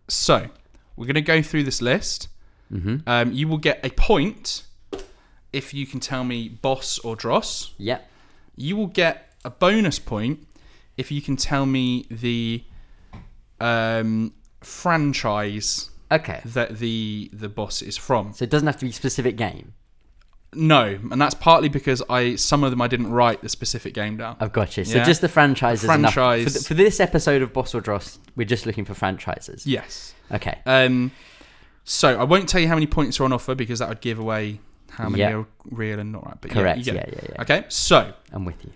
so we're going to go through this list. Mhm. Um, you will get a point if you can tell me boss or dross. Yeah. You will get a bonus point if you can tell me the um, franchise Okay. that the the boss is from. So it doesn't have to be a specific game. No, and that's partly because I some of them I didn't write the specific game down. I've got you. So Yeah. just the franchise. The is enough. franchise. For, th- for this episode of Boss or Dross, we're just looking for franchises. Yes. Okay. Um, so I won't tell you how many points are on offer because that would give away how many Yeah. are real and not right. But yeah, Correct. you Yeah, get yeah, it. yeah. Okay. So I'm with you.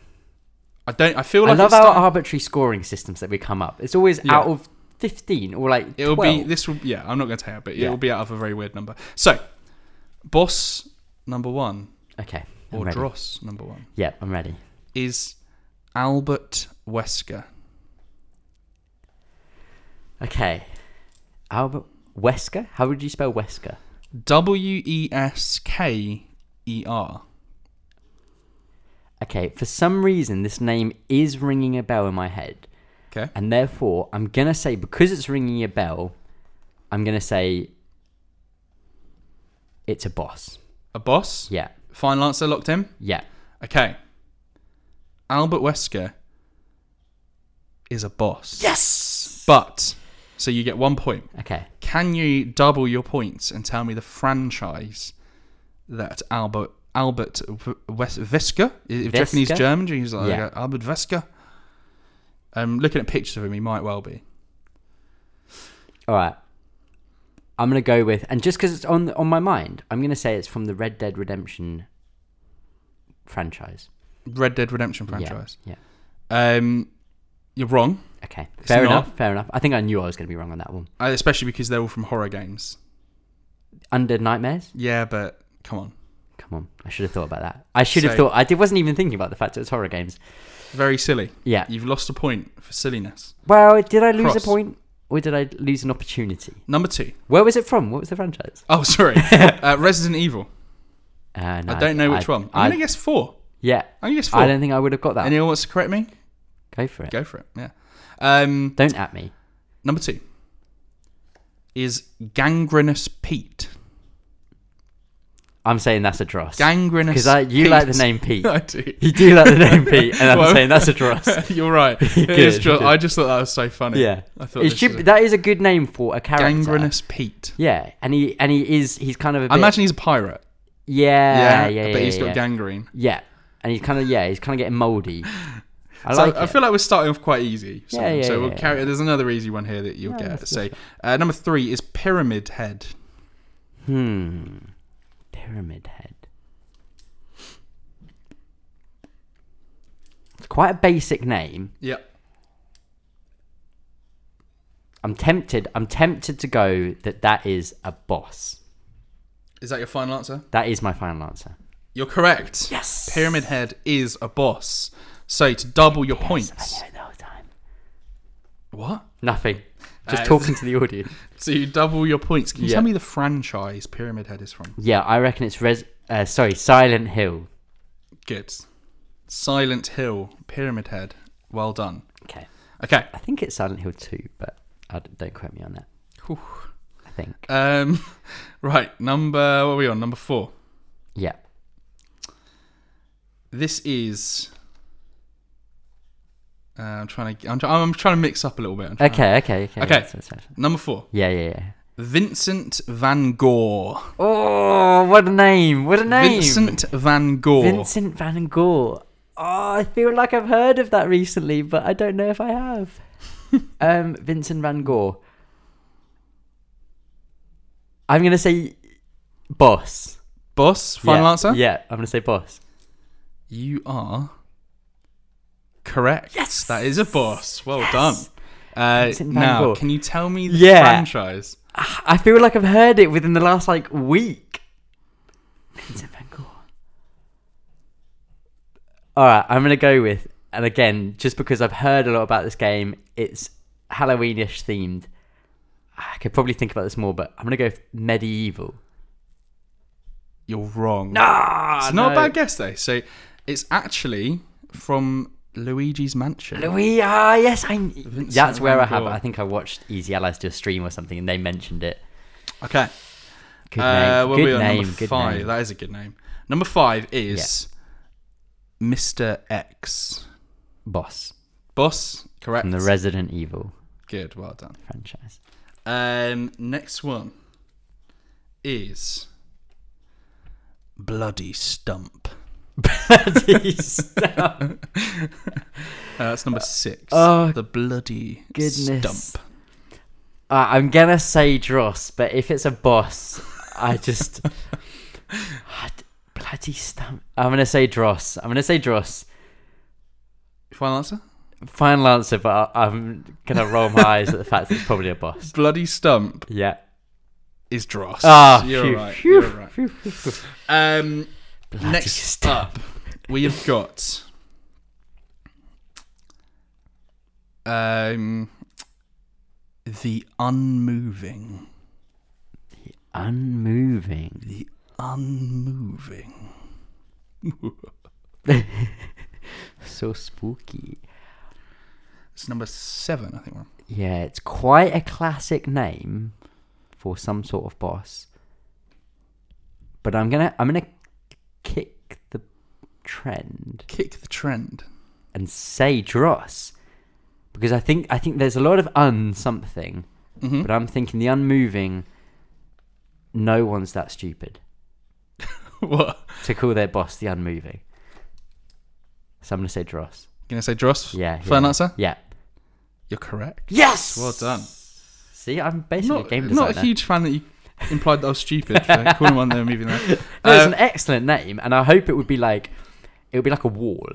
I don't. I feel like I love it's our starting- arbitrary scoring systems that we come up. It's always Yeah. out of 15 or like It'll 12. be this will yeah, I'm not gonna tell you, but Yeah. it will be out of a very weird number. So boss number one Okay. I'm or ready. dross number one Yeah, I'm ready. is Albert Wesker. Okay. Albert Wesker? How would you spell Wesker? W E S K E R. Okay, for some reason, this name is ringing a bell in my head. Okay. And therefore, I'm going to say, because it's ringing a bell, I'm going to say it's a boss. A boss? Yeah. Final answer locked in? Yeah. Okay. Albert Wesker is a boss. Yes! But so you get one point. Okay. Can you double your points and tell me the franchise that Albert Albert V- Wes- Vesker? If Vesker? Japanese German, he's like Yeah. Albert Vesker. Um, looking at pictures of him, he might well be. All right. I'm going to go with, and just because it's on, on my mind, I'm going to say it's from the Red Dead Redemption franchise. Red Dead Redemption Yeah, franchise. Yeah. Um, you're wrong, Okay. Fair not. enough. Fair enough. I think I knew I was going to be wrong on that one. uh, especially because they're all from horror games. Under Nightmares? Yeah, but come on, Come on. I should have thought about that. I should have So- thought. I did, wasn't even thinking about the fact that it's horror games. very silly. Yeah. You've lost a point for silliness. Well, did I lose Cross. a point or did I lose an opportunity? Number two. [LAUGHS] Where was it from? What was the franchise? [LAUGHS] Oh, sorry. uh, Resident Evil. Uh, no, I don't know which I- one. I'm I, gonna guess four. yeah, I'm gonna guess I four. don't think I would have got that. Anyone wants to correct me? Go for it. Go for it. Yeah. Um, Don't at me. number two is gangrenous Pete. I'm saying that's a dross. Gangrenous. Because you Pete. like the name [LAUGHS] Pete. I do. you do like the [LAUGHS] name Pete, and I'm Well- saying that's a [LAUGHS] dross. [LAUGHS] You're right. It Good, is dro- good. I just thought that was so funny. yeah, I thought it this should, was a- that is a good name for a character. gangrenous Pete. Yeah, and he and he is he's kind of a bit, I imagine he's a pirate. yeah yeah yeah, I yeah, bet he's got yeah. gangrene. Yeah, and he's kind of yeah he's kind of getting [LAUGHS] mouldy. I so like I it. feel like we're starting off quite easy. So, Yeah, yeah, so we'll yeah, carry. There's another easy one here that you'll Yeah, get. that's So uh, number three is Pyramid Head. Hmm. Pyramid head. It's quite a basic name. Yep. I'm tempted. I'm tempted to go that that is a boss. Is that your final answer? That is my final answer. You're correct. Yes. Pyramid Head is a boss. So to double your I points. know it the whole time. What? Nothing. Just Uh, talking to the audience. To double your points. Can you Yeah. tell me the franchise Pyramid Head is from? Yeah, I reckon it's res. Uh, sorry, Silent Hill. Good. Silent Hill, Pyramid Head. Well done. Okay. Okay. I think it's Silent Hill Two, but I d- don't quote me on that. Whew. I think. Um, [LAUGHS] right, number what are we on? Number four. Yeah. This is. Uh, I'm trying to. I'm, try, I'm trying to mix up a little bit. I'm trying- Okay. Okay. Okay. Okay. That's- that's- Number four. Yeah. Yeah. Yeah. Vincent Van Gogh. Oh, what a name! What a name! Vincent Van Gogh. Vincent Van Gogh. Oh, I feel like I've heard of that recently, but I don't know if I [LAUGHS] have. um, Vincent Van Gogh. I'm gonna say boss. Boss. Final yeah, answer. Yeah, I'm gonna say boss. You are correct. Yes, that is a boss. Well done. Uh, Vincent Van now, Gogh. can you tell me the Yeah. franchise? Ah, I feel like I've heard it within the last like week. Vincent Van Gogh. All right, I'm gonna go with, and again, just because I've heard a lot about this game, it's Halloweenish themed. I could probably think about this more, but I'm gonna go with medieval. You're wrong. Ah, it's not a no. bad guess though. So, it's actually from Luigi's Mansion. Louis, ah, yes, I. that's where Van I have. it. Gogh. I think I watched Easy Allies do a stream or something, and they mentioned it. okay. Good Uh, name. where good we on? name. Number Good five. name. That is a good name. Number five is Mr. X. Boss. Boss, correct. from the Resident Evil Good, well done. franchise. Um, next one is Bloody Stump. Uh, that's number six. oh, the Bloody goodness. Stump. [LAUGHS] Uh, I'm gonna say Dross, but if it's a boss, I just Ah, d- bloody stump. I'm gonna say Dross. I'm gonna say Dross. Final answer? Final answer, but I- I'm gonna roll my eyes at the fact that it's probably a boss. Bloody Stump Yeah. is Dross. Ah, you're phew, right. phew, You're right. Um, Bloody next stump. up, we have got um, the unmoving. Unmoving. The unmoving. So spooky. It's number seven, I think. We're Yeah, it's quite a classic name for some sort of boss. But I'm gonna I'm gonna kick the trend kick the trend. [LAUGHS] and say Dross. Because I think I think there's a lot of un something, Mhm. but I'm thinking the unmoving no one's that stupid what? to call their boss the unmoving. So I'm gonna say Dross. Gonna say Dross? Yeah. Final yeah. answer? Yeah. You're correct. Yes. Well done. See, I'm basically a Not, game designer. not a huge fan that you implied that I [LAUGHS] was stupid for calling one there moving there. No, it's [LAUGHS] Uh, an excellent name, and I hope it would be like it would be like a wall.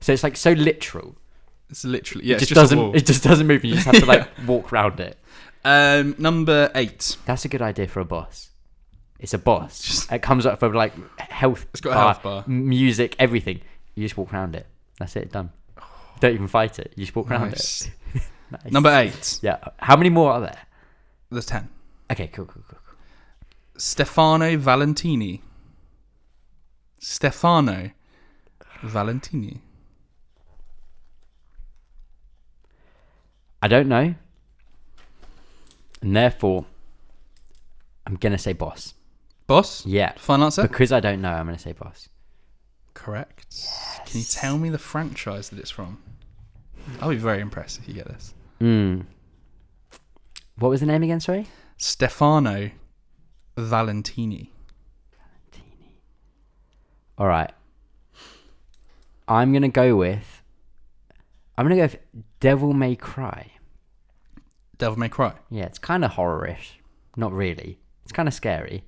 So it's like so literal. It's literally yeah, it just, it's just doesn't. a wall. It just doesn't move. and You just have to [LAUGHS] like walk round it. Um, number eight. That's a good idea for a boss. It's a boss. it comes up for like health. It's got a bar, health bar. music, everything. You just walk round it. That's it. [SIGHS] Done. Don't even fight it. You just walk round Nice. it. [LAUGHS] Nice. Number eight. Yeah. How many more are there? There's ten. Okay. Cool. Cool. Cool. cool. Stefano Valentini. Stefano Valentini. I don't know. And therefore, I'm gonna say boss. Boss? Yeah. Final answer? Because I don't know, I'm going to say boss. Correct. Can you tell me the franchise that it's from? I'll be very impressed if you get this. Mm. What was the name again? Sorry. Stefano Valentini. All right. I'm going to go with. I'm going to go with Devil May Cry. Devil May Cry. Yeah, it's kind of horrorish. Not really. It's kind of scary.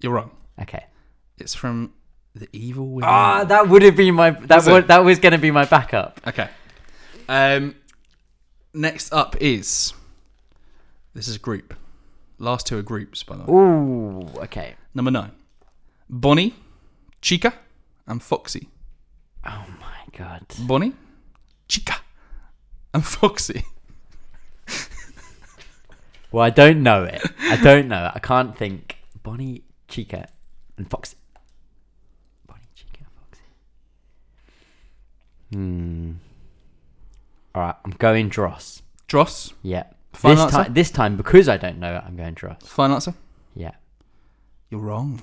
You're wrong. Okay. It's from The Evil Within. Ah, that would have been my. That Is it? was, that was going to be my backup. Okay. Um, next up is this is a group. Last two are groups, by the way. Ooh. Okay. Number nine, Bonnie, Chica, and Foxy. Oh my god. Bonnie, Chica, and Foxy. Well, I don't know it. I don't know it. I can't think. Bonnie, Chica, and Foxy. Bonnie, Chica, and Foxy. Hmm. All right, I'm going Dross. Dross. Yeah. Final this answer? time, this time, because I don't know it, I'm going Dross. Final answer. Yeah. You're wrong.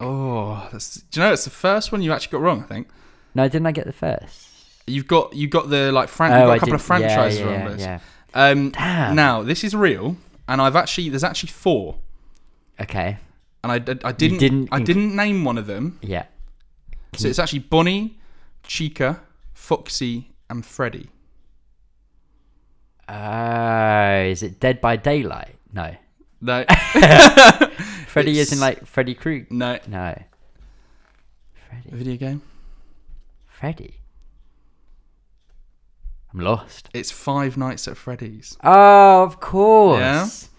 Oh, that's, do you know it's the first one you actually got wrong? I think No, didn't I get the first? you've got you got the like fran- you've got Oh, I a couple did- of franchises yeah, wrong. yeah, but yeah. it's- Um, Damn. Now this is real, and I've actually there's actually four, Okay. and I, I, I didn't, didn't I inc- didn't name one of them. Yeah. So it's actually Bonnie, Chica, Foxy, and Freddy. Oh, is it Dead by Daylight? No. [LAUGHS] No, Freddy It's- isn't like Freddy Krueger. no. No. Freddy. Video game. Freddy. I'm lost. It's Five Nights at Freddy's. Oh, of course.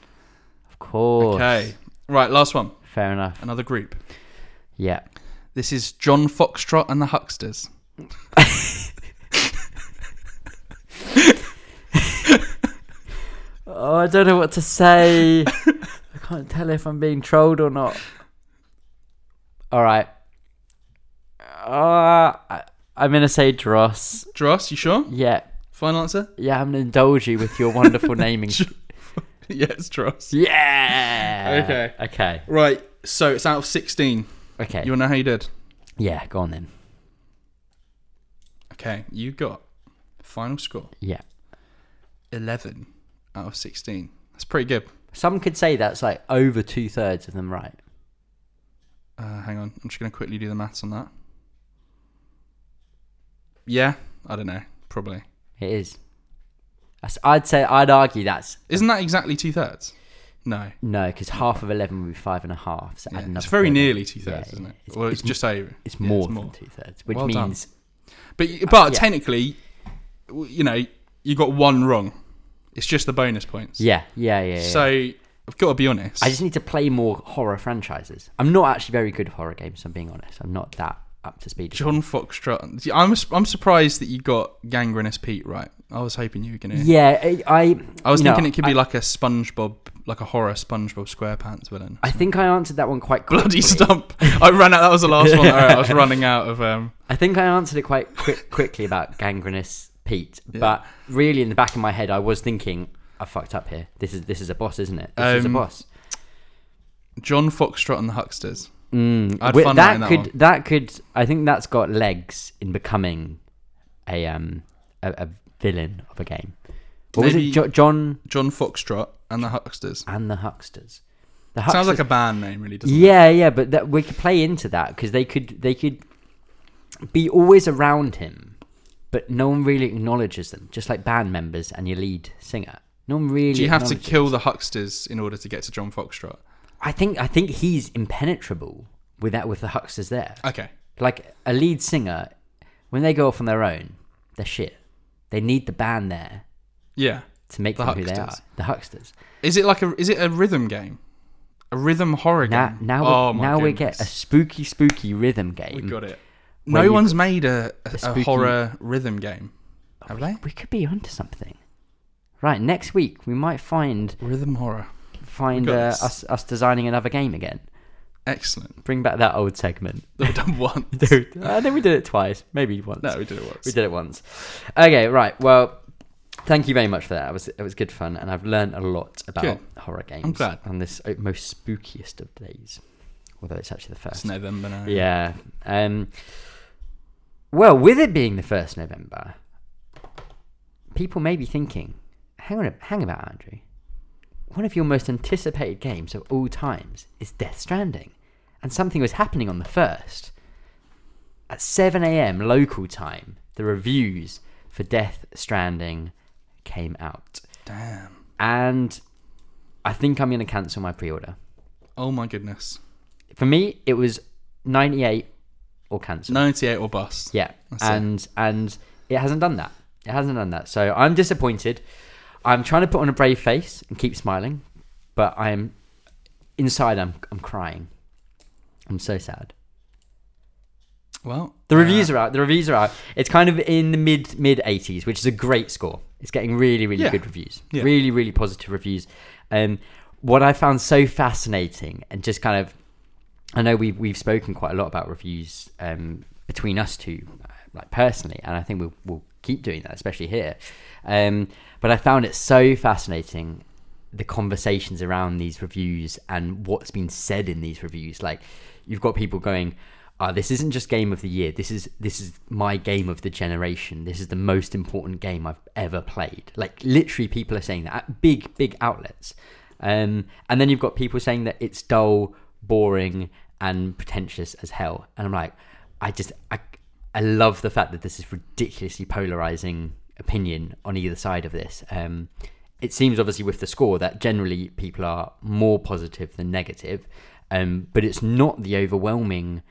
Of course. Okay. Right, last one. Fair enough. Another group. Yeah. This is John Foxtrot and the Hucksters. Oh, I don't know what to [LAUGHS] say. I can't tell if I'm being trolled or not. All right. Uh, I, I'm going to say Dross. Dross, you sure? Yeah. Final answer? [LAUGHS] Yeah, I'm going to indulge you with your wonderful naming. yes, Dross. yeah. Okay. Okay. Right, so it's out of 16. Okay. You want to know how you did? Yeah, go on then. Okay, you got Final score Yeah. 11 out of 16. That's pretty good. Some could say that's like over two thirds of them right. Uh, hang on, I'm just going to quickly do the maths on that. Yeah, I don't know, probably. It is. That's- I'd say I'd argue that's Isn't that exactly two thirds? No. no, because half of eleven would be five and a half. So add Yeah, It's another very third. nearly two thirds, Yeah, isn't it? it's- well, it's, it's- just over. It's Yeah, more than two thirds, which Well done. means But but yeah. technically, w- you know, you got one wrong. It's just the bonus points. yeah, yeah, yeah. yeah. So I've got to be honest. I just need to play more horror franchises. I'm not actually very good at horror games. if I'm being honest. I'm not that up to speed. John Foxtrot. I'm I'm surprised that you got Gangrenous Pete right. I was hoping you were gonna. Yeah, I. I, I was you know, thinking it could I- be like a SpongeBob, like a horror SpongeBob SquarePants villain. I think I answered that one quite quickly. [LAUGHS] [LAUGHS] Bloody stump! I ran out. That was the last one. All right, I was running out of. Um, I think I answered it quite quick, quickly about gangrenous Pete, but really in the back of my head, I was thinking, I fucked up here. This is this is a boss, isn't it? This is a Um, boss. John Foxtrot and the Hucksters. Mm, I'd wi- fun that writing that could one. that could I think that's got legs in becoming a um a, a villain of a game. What was Maybe- it? Jo- John John Foxtrot and the Hucksters. and the Hucksters. The Hucksters- Sounds like a band name, really, doesn't it? Yeah, yeah, but that we could play into that because they could they could be always around him, but no one really acknowledges them. Just like band members and your lead singer, no one really. Do you have to acknowledges- kill the Hucksters in order to get to John Foxtrot? I think I think he's impenetrable with that with the hucksters there. Okay. Like a lead singer, when they go off on their own, they're shit. They need the band there Yeah. to make The them who they are. Hucksters. The hucksters. Is it like a is it a rhythm game? A rhythm horror Now, game. now, oh, we, my now we goodness. get a spooky, spooky rhythm game. We got it. Where No you- one's made a, a, a spooky- Oh, horror rhythm game, have they? we could be onto something. Right, next week we might find Rhythm horror. find got uh, this. us us designing another game again. Excellent. [LAUGHS] Bring back that old segment. [LAUGHS] We've done one. I think we did it twice, maybe once. no, we did it once. we did it once. Okay, right. Well, thank you very much for that. It was it was good fun, and I've learned a lot about Good. horror games. glad. on this o- most spookiest of days, although it's actually the It's first. November now. Yeah. Um. Well, with it being the first November, people may be thinking, "Hang on, a- hang about, Andrew. One of your most anticipated games of all times is Death Stranding, and something was happening on the first at 7 a.m. local time. The reviews for Death Stranding came out, Damn. and I think I'm going to cancel my pre-order. Oh my goodness. For me, it was 98 or cancel. Ninety-eight or bust. Yeah, That's it. and and it hasn't done that. It hasn't done that. So I'm disappointed. I'm trying to put on a brave face and keep smiling, but I'm inside. I'm I'm crying. I'm so sad. Well, The reviews are out. The reviews are out. It's kind of in the mid mid 80s, which is a great score. It's getting really really Yeah. good reviews. Yeah. Really really positive reviews. Um, what I found so fascinating and just kind of, I know we we've spoken quite a lot about reviews um, between us two, uh, like personally, and I think we'll we'll keep doing that, especially here. Um, but I found it so fascinating the conversations around these reviews and what's been said in these reviews. Like you've got people going, "Ah, this isn't just game of the year. This is this is my game of the generation. This is the most important game I've ever played." Like literally, people are saying that at big big outlets. Um, and then you've got people saying that it's dull, boring, and pretentious as hell. And I'm like, I just I I love the fact that this is ridiculously polarizing opinion on either side of this. Um, it seems obviously with the score that generally people are more positive than negative, um, but it's not the overwhelming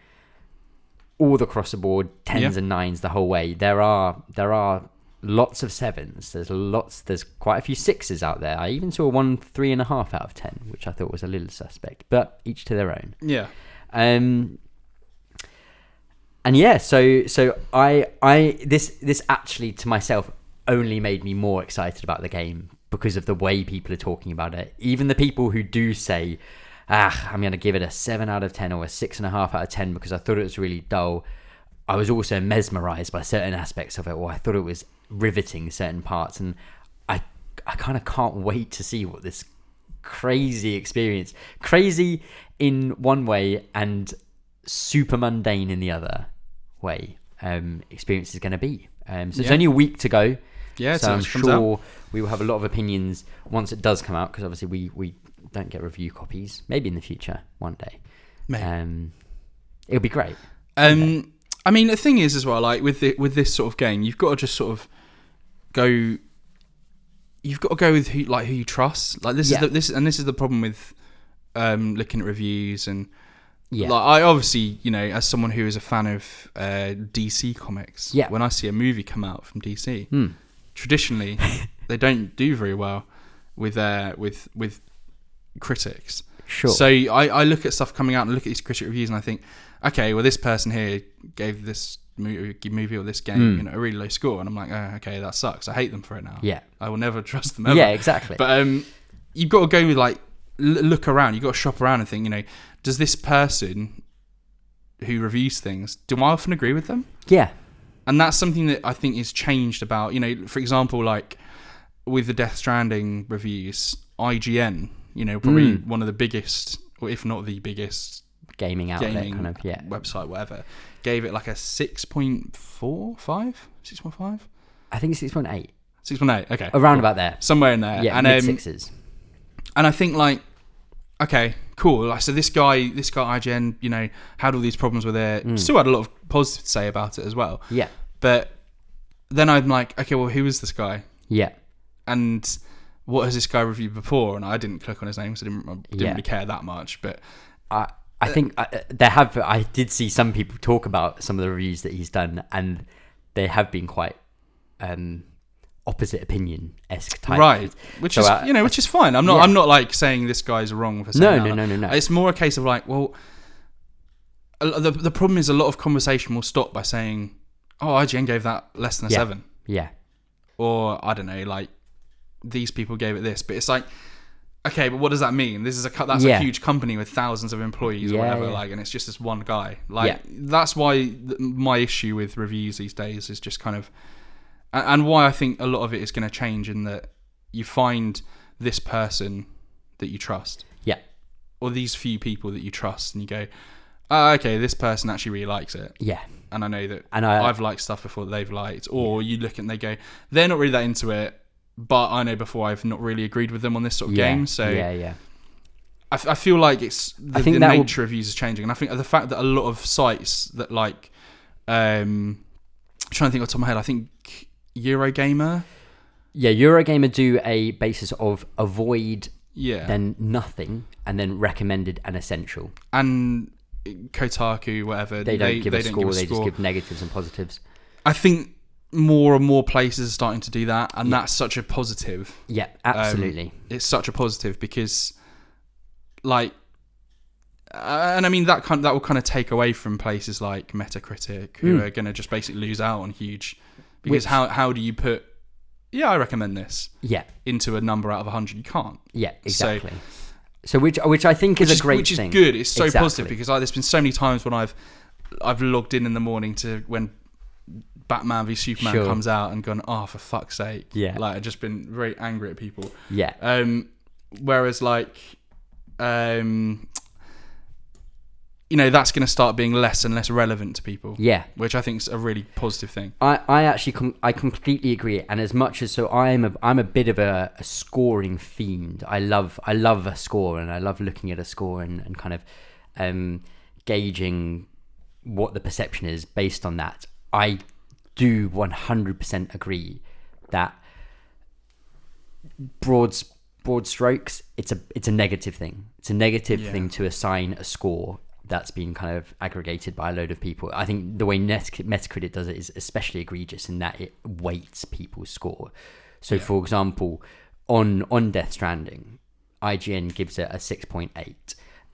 all across the board tens Yeah. and nines the whole way. There are there are lots of sevens. There's lots. There's quite a few sixes out there. I even saw one three and a half out of ten, which I thought was a little suspect. But each to their own. yeah. Um, and yeah, so so I I this this actually to myself only made me more excited about the game because of the way people are talking about it. Even the people who do say, "Ah, I'm going to give it a seven out of ten or a six and a half out of ten because I thought it was really dull." I was also mesmerized by certain aspects of it, or I thought it was riveting certain parts, and I I kind of can't wait to see what this crazy experience. Crazy in one way and super mundane in the other way. Um, experience is going to be, Um, so it's Yeah. only a week to go. Yeah, so so I'm it comes out. sure we will have a lot of opinions once it does come out because obviously we we don't get review copies. Maybe in the future, one day. Maybe. Um, it'll be great. Um, I mean, the thing is as well, like with the, with this sort of game, you've got to just sort of go. You've got to go with who like who you trust. Like this Yeah. is the, this and this is the problem with um, looking at reviews and Yeah. like I obviously you know as someone who is a fan of uh, DC comics, Yeah. when I see a movie come out from DC, Hmm. [LAUGHS] traditionally they don't do very well with uh, with with critics. Sure. So I, I look at stuff coming out and look at these critic reviews and I think, okay, well this person here gave this movie, movie or this game you know a really low score and I'm like, oh, okay, that sucks. I hate them for it now. Hmm. Yeah. I will never [LAUGHS] trust them ever. Yeah, exactly. But um, you've got to go with like l- look around. You've got to shop around and think, you know, does this person who reviews things do I often agree with them? yeah. and that's something that I think is changed about you know for example like with the Death Stranding reviews IGN you know probably Mm. one of the biggest or if not the biggest Gaming outlet, gaming kind of. Yeah. website whatever gave it like a 6.45 6.5 I think six point eight, 6.8 okay around about there. somewhere in there Oh, Yeah, and mid um, sixes. and I think like okay cool like so this guy this guy IGN you know had all these problems with it Mm. still had a lot of positive to say about it as well Yeah. but then I'm like okay well who is this guy Yeah. and what has this guy reviewed before? And I didn't click on his name, so I didn't, I didn't Yeah. really care that much. But I I think uh, there have I did see some people talk about some of the reviews that he's done, and they have been quite um, opposite opinion esque type. right, which So, is uh, you know, which is fine. I'm not, yeah. I'm not like saying this guy's wrong for saying No, that. no, no, no, no. It's more a case of like, well, a lo- the the problem is a lot of conversation will stop by saying, oh, IGN gave that less than a Yeah. seven, Yeah. or I don't know, like these people gave it this, but it's like. Okay, but what does that mean? This is a co- that's Yeah. a huge company with thousands of employees Yeah, or whatever, yeah. like, and it's just this one guy. Like, Yeah. that's why th- my issue with reviews these days is just kind of and- and why I think a lot of it is going to change in that you find this person that you trust Yeah. or these few people that you trust, and you go, oh, okay, this person actually really likes it, Yeah. and I know that And I- I've liked stuff before that they've liked, or you look and they go, they're not really that into it, but I know before I've not really agreed with them on this sort of yeah, game, so yeah, yeah, I, f- I feel like it's the, think the that will- nature of users changing, and I think the fact that a lot of sites that like, um, I'm trying to think off the top of my head, I think Eurogamer, yeah. Eurogamer do a basis of avoid, yeah, then nothing, and then recommended and essential. and Kotaku, whatever, They don't give a don't score. they just give negatives and positives. I think more and more places are starting to do that, and that's such a positive. Yeah, Um, absolutely. it's such a positive because, like, uh, and I mean that kind that will kind of take away from places like Metacritic, who are going to just basically lose out on huge. Because Hmm. Which- how how do you put? Yeah, I recommend this yeah, into a number out of hundred. You can't. yeah, So- exactly. So, which which I think is a great which thing. is good. It's so Exactly. positive because like there's been so many times when I've I've logged in in the morning to when Batman v Superman Sure. comes out and gone, oh for fuck's sake, Yeah. Like I've just been very angry at people. Yeah, Um, whereas like, um, you know, that's going to start being less and less relevant to people. yeah. Which I think is a really positive thing. I, I actually com- I completely agree and as much as so I'm a I'm a bit of a, a scoring fiend I love I love a score and I love looking at a score and, and kind of um, gauging what the perception is based on that I do 100% agree that broad broad strokes it's a it's a negative thing it's a negative Yeah. thing to assign a score that's been kind of aggregated by a load of people i think the way Net- metacritic does it is especially egregious in that it weights people's score so for example on on death stranding ign gives it a 6.8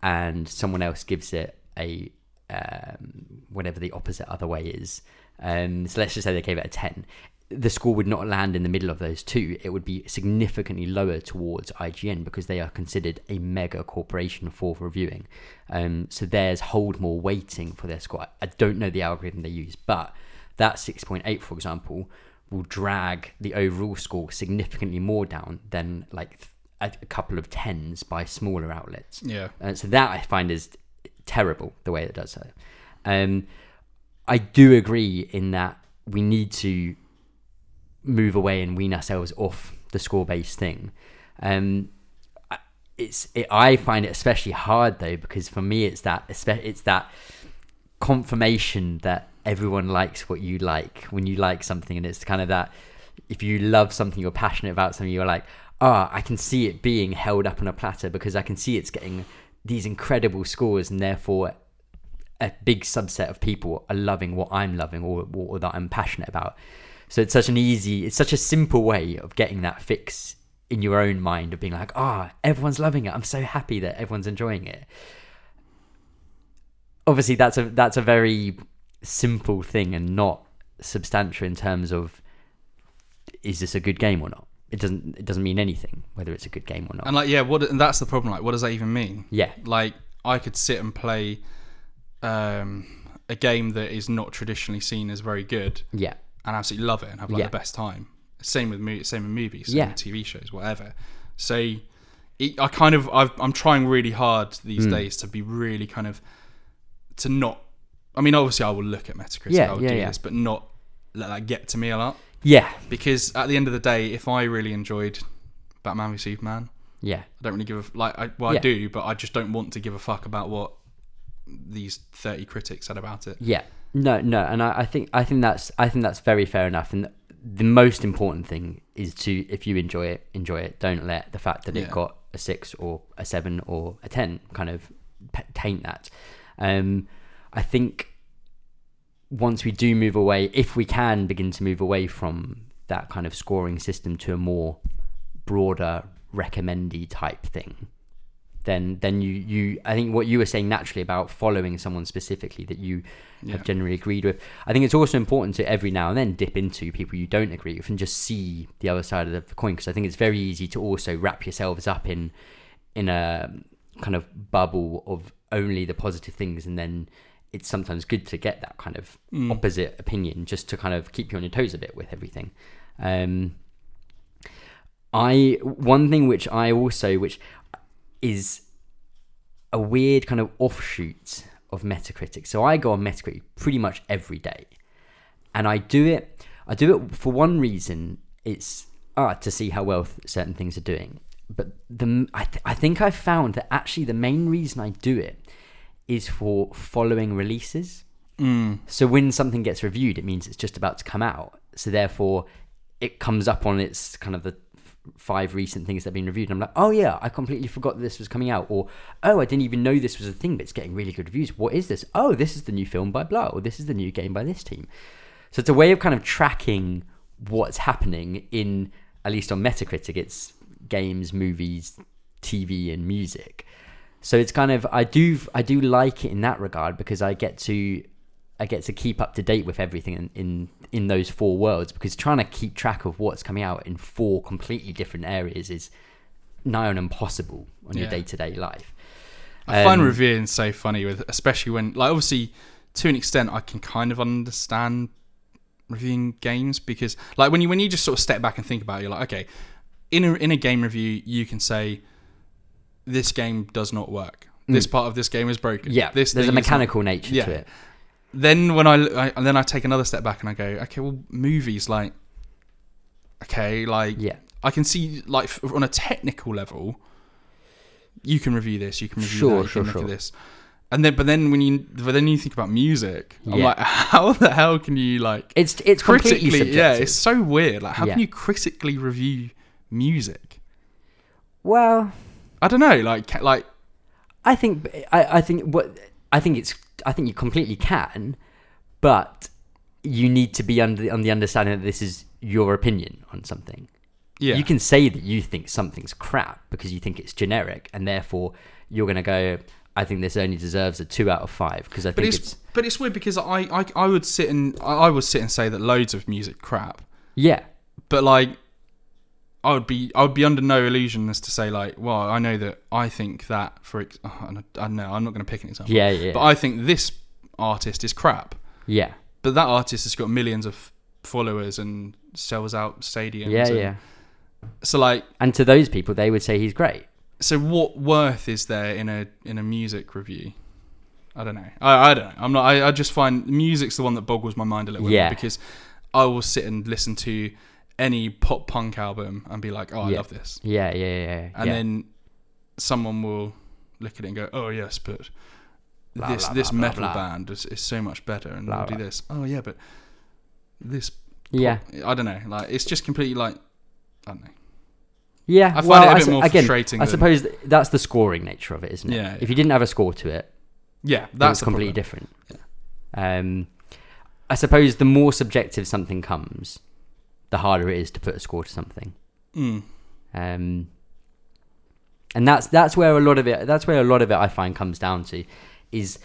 and someone else gives it a um, whatever the opposite other way is. Um, so let's just say they gave it a 10. The score would not land in the middle of those two. It would be significantly lower towards IGN because they are considered a mega corporation for reviewing. Um, so theirs hold more weighting for their score. I don't know the algorithm they use, but that 6.8, for example, will drag the overall score significantly more down than like th- a a couple of tens by smaller outlets. Yeah. Uh, so that I find is terrible the way it does so. Um, I do agree in that we need to move away and wean ourselves off the score based thing. Um, I- it's it, I find it especially hard though because for me it's that espe- it's that confirmation that everyone likes what you like when you like something and it's kind of that if you love something you're passionate about something you're like ah I can see it being held up on a platter because I can see it's getting these incredible scores and therefore a big subset of people are loving what I'm loving or, or that I'm passionate about. So it's such an easy, it's such a simple way of getting that fix in your own mind of being like, ah, everyone's loving it. I'm so happy that everyone's enjoying it. Obviously, that's a that's a very simple thing and not substantial in terms of is this a good game or not. It doesn't it doesn't mean anything whether it's a good game or not. And like, yeah, what? And that's the problem. Like, what does that even mean? yeah, Like, I could sit and play um, a game that is not traditionally seen as very good, yeah, and absolutely love it and have like Yeah. the best time. Same with mo- same with movies, same Yeah. with TV shows, whatever. So, it, I kind of I've, I'm trying really hard these Hmm. days to be really kind of to not. I mean, obviously, I will look at Metacritic, Yeah, I will yeah, do yeah. this, but not let that get to me a lot. yeah, Because at the end of the day, if I really enjoyed Batman v Superman, yeah, I don't really give a f- like. I, well, I Yeah. do, but I just don't want to give a fuck about what these thirty critics said about it. Yeah. No, no, and I, I think I think that's I think that's very fair enough. And the most important thing is to if you enjoy it, enjoy it. Don't let the fact that Yeah. it got a six or a seven or a ten kind of p- taint that. Um, I think once we do move away, if we can begin to move away from that kind of scoring system to a more broader recommendy type thing, then then you you I think what you were saying naturally about following someone specifically that you Yeah. have generally agreed with. I think it's also important to every now and then dip into people you don't agree with and just see the other side of the coin because I think it's very easy to also wrap yourselves up in in a kind of bubble of only the positive things and then it's sometimes good to get that kind of opposite opinion just to kind of keep you on your toes a bit with everything. Um, I one thing which I also which is a weird kind of offshoot of Metacritic. So I go on Metacritic pretty much every day, and I do it. I do it for one reason. It's ah to see how well th- certain things are doing. But the I, th- I think I found that actually the main reason I do it is for following releases. So when something gets reviewed, it means it's just about to come out. So therefore, it comes up on its kind of the f- five recent things that have been reviewed. And I'm like, oh yeah, I completely forgot that this was coming out, or oh, I didn't even know this was a thing, but it's getting really good reviews. What is this? Oh, this is the new film by blah, or this is the new game by this team. So it's a way of kind of tracking what's happening in at least on Metacritic, it's games, movies, TV, and music. So it's kind of I do I do like it in that regard because I get to I get to keep up to date with everything in, in in those four worlds because trying to keep track of what's coming out in four completely different areas is nigh on impossible on your Yeah. day to day life. I find Um, reviewing so funny with especially when like obviously to an extent I can kind of understand reviewing games because like when you when you just sort of step back and think about it, you're like, okay, in a in a game review you can say this game does not work. This part of this game is broken. Mm. Yeah, this there's a thing is not-" mechanical nature Yeah. to it. Then when I, I and then I take another step back and I go, okay, well movies like okay, like Yeah, I can see like f- on a technical level, you can review this, you can review Sure, that, you sure, can look at sure. this, and then but then when you but then you think about music, I'm Yeah. like, [LAUGHS] how the hell can you like it's it's completely critically? subjective. Yeah, it's so weird. Like, how can Yeah. you critically review music? well, I don't know. Like, ca- like I think I, I think what I think it's I think you completely can, but you need to be under on the understanding that this is your opinion on something. yeah, You can say that you think something's crap because you think it's generic, and therefore you're going to go. I think this only deserves a two out of five because I but think it's, it's, but it's weird because I, I I would sit and I I would sit and say that loads of music crap, yeah, but like I would be I would be under no illusion as to say like well I know that I think that for ex- [SIGHS] oh, I don't- I don't know I'm not going to pick an example yeah, yeah, but I think this artist is crap yeah, but that artist has got millions of followers and sells out stadiums yeah, and- yeah. so like And to those people, they would say he's great. so what worth is there in a in a music review I don't know I, I don't know I'm not I, I just find music's the one that boggles my mind a little bit Yeah. because I will sit and listen to any pop punk album and be like, oh, I Yeah. love this. Yeah, yeah, yeah. And yeah. then someone will look at it and go, oh, yes, but Blah, this blah, this blah, blah, metal blah. band is, is so much better and Blah, we'll do blah. this. Oh, yeah, but this. pop- yeah, I don't know. Like, it's just completely like, I don't know. yeah. I find well, it a I bit su- more again, frustrating I than- suppose th- that's the scoring nature of it, isn't it? Yeah, yeah. If you didn't have a score to it, Yeah, that's that's completely different. Um, I suppose the more subjective something comes, the harder it is to put a score to something. different. Mm. Um, and that's that's where a lot of it that's where a lot of it I find comes down to is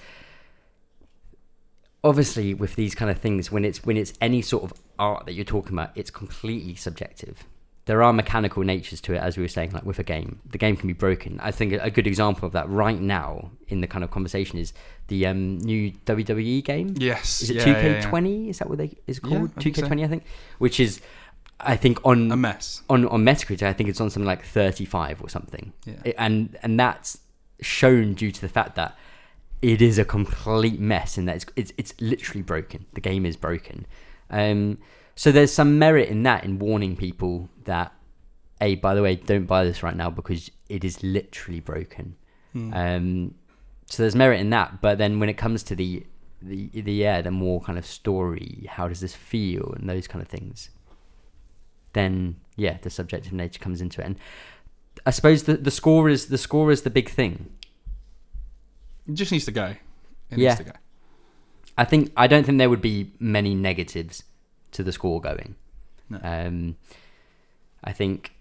obviously with these kind of things when it's when it's any sort of art that you're talking about it's completely subjective. There are mechanical natures to it, as we were saying, like with a game, the game can be broken. I think a good example of that right now in the kind of conversation is the um, new WWE game. Yes. Is it yeah, two yeah, K yeah. twenty? Is that what they is Yeah, called? I Two think K so. twenty, I think. Which is, I think, on A mess. on on Metacritic, I think it's on something like 35 or something. Yeah. It- and and that's shown due to the fact that it is a complete mess and that it's it's, it's literally broken. The game is broken. Um, so there's some merit in that in warning people that, hey, by the way, don't buy this right now because it is literally broken. Um, so there's merit in that, but then when it comes to the the the yeah, the more kind of story, how does this feel, and those kind of things, then yeah, the subjective nature comes into it. And I suppose the the score is the score is the big thing. It just needs to go. It Yeah. needs to go. I think I don't think there would be many negatives to the score going. No. Um, I think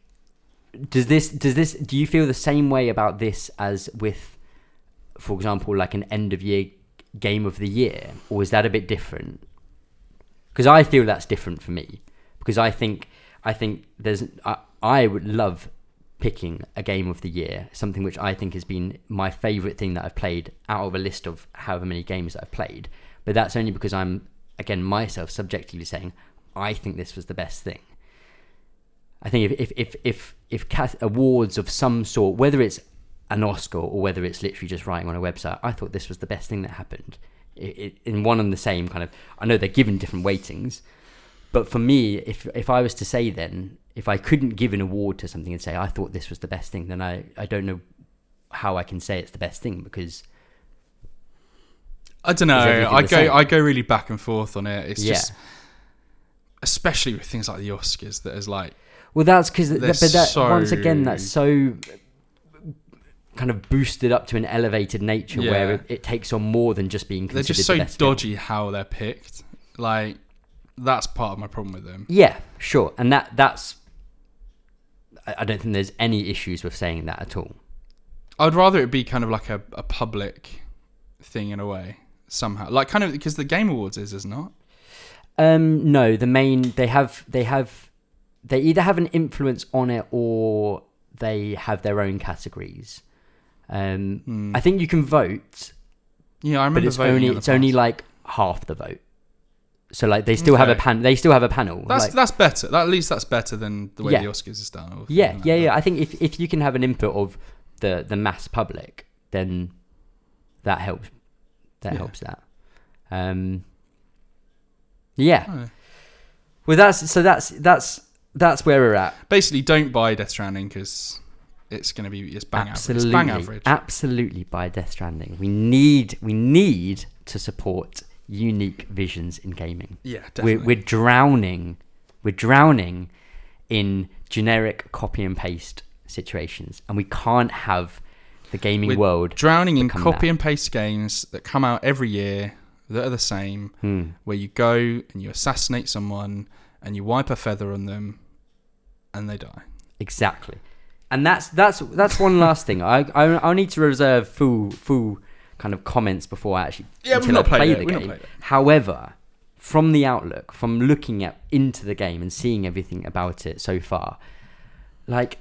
does this does this do you feel the same way about this as with, for example, like an end of year game of the year, or is that a bit different? Because I feel that's different for me. Because I think I think there's I, I would love picking a game of the year, something which I think has been my favorite thing that I've played out of a list of however many games that I've played. But that's only because I'm again myself subjectively saying I think this was the best thing. I think if if if if, if cat- awards of some sort, whether it's an Oscar or whether it's literally just writing on a website, I thought this was the best thing that happened. It, it, in one and the same kind of, I know they're given different weightings, but for me, if if I was to say then, if I couldn't give an award to something and say I thought this was the best thing, then I I don't know how I can say it's the best thing because I don't know. everything I the go same? I go really back and forth on it. It's yeah. just especially with things like the Oscars that is like Well, that's because but They're that once again so- that's so kind of boosted up to an elevated nature where Yeah. it, it takes on more than just being they're considered just the so best film. dodgy how they're picked. Like that's part of my problem with them. Yeah, sure, and that that's I I don't think there's any issues with saying that at all. I'd rather it be kind of like a, a public thing in a way somehow. Like kind of because the Game Awards is is not. Um, no, the main they have they have they either have an influence on it or they have their own categories. Um, Mm. I think you can vote, Hmm. Yeah, I but remember it's voting only in the it's only past. like half the vote. So like they still have a Okay. pan they still have a panel. that's like- that's better. That, at least that's better than the way Yeah. the Oscars is done. or yeah, something like yeah, that. yeah. I think if if you can have an input of the the mass public, then that helps. That Yeah. helps that. Um. Yeah. I don't know. Well, that's so that's that's that's where we're at. Basically, don't buy Death Stranding because it's going to be it's bang absolutely, average. It's bang average. absolutely. By Death Stranding, we need we need to support unique visions in gaming. yeah, definitely. We're, we're drowning. We're drowning in generic copy and paste situations, and we can't have the gaming We're world drowning in become copy that. and paste games that come out every year that are the same, Hmm. where you go and you assassinate someone and you wipe a feather on them, and they die. Exactly, and that's that's that's one last thing. I I I need to reserve full full kind of comments before I actually Yeah, we've until not I played play it. the We've not game. played it. However, from the outlook, from looking at into the game and seeing everything about it so far, like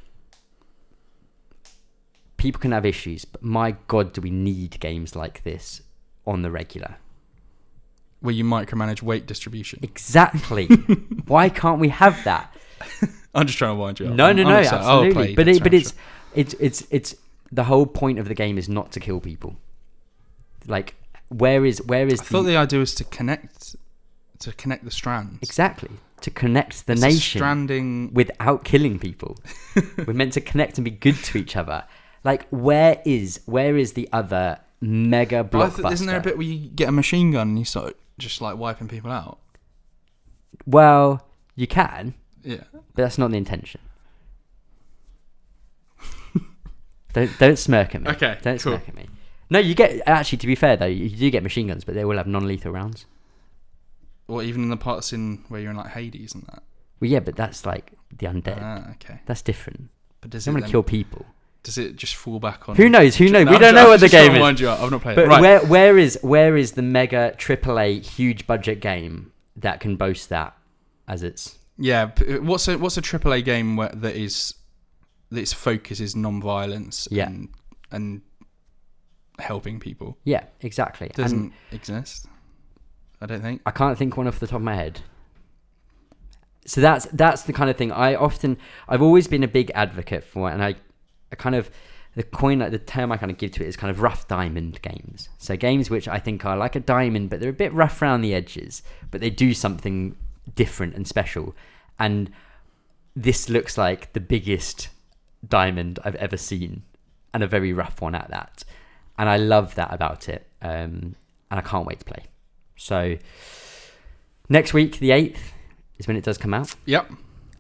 people can have issues, but my god, do we need games like this on the regular? Where you micromanage weight distribution. [LAUGHS] Exactly. Why can't we have that? I'm just trying to wind you up. No, I'm- no, I'm no, excited. I'll absolutely. play But Death it, but Stranding, it's it's it's it's the whole point of the game is not to kill people. Like, where is where is sure. I thought the the idea was to connect to connect the strands. Exactly. To connect the It's a nation stranding. without killing [LAUGHS] people. We're meant to connect and be good to each other. Like, where is where is the other mega Well, I blockbuster? thought- isn't there a bit where you get a machine gun and you start just like wiping people out? Well, you can, Yeah. but that's not the intention. [LAUGHS] don't don't smirk at me. Okay, Don't cool. smirk at me. No, you get actually. To be fair though, you do get machine guns, but they will have non-lethal rounds. Or even in the parts in where you're in like Hades and that. Well, yeah, but that's like the undead. Ah, okay. that's different. But does They it want then- to kill people. Does it just fall back on? Who knows? Who knows? No, we I'm don't ju- know I'm what the just trying game to is. wind you up. I've not played But it. Right. where where is where is the mega AAA huge budget game that can boast that as its Yeah. p- What's a what's a AAA game where, that is that its focus is non-violence Yeah. and and helping people? yeah exactly And Doesn't exist. I don't think. I can't think one off the top of my head. So that's that's the kind of thing I often I've always been a big advocate for, and I, I kind of the coin like the term I kind of give to it is kind of rough diamond games. So games which I think are like a diamond, but they're a bit rough around the edges, but they do something different and special. And this looks like the biggest diamond I've ever seen, and a very rough one at that. And I love that about it, um, and I can't wait to play. So next week, the eighth, is when it does come out. Yep.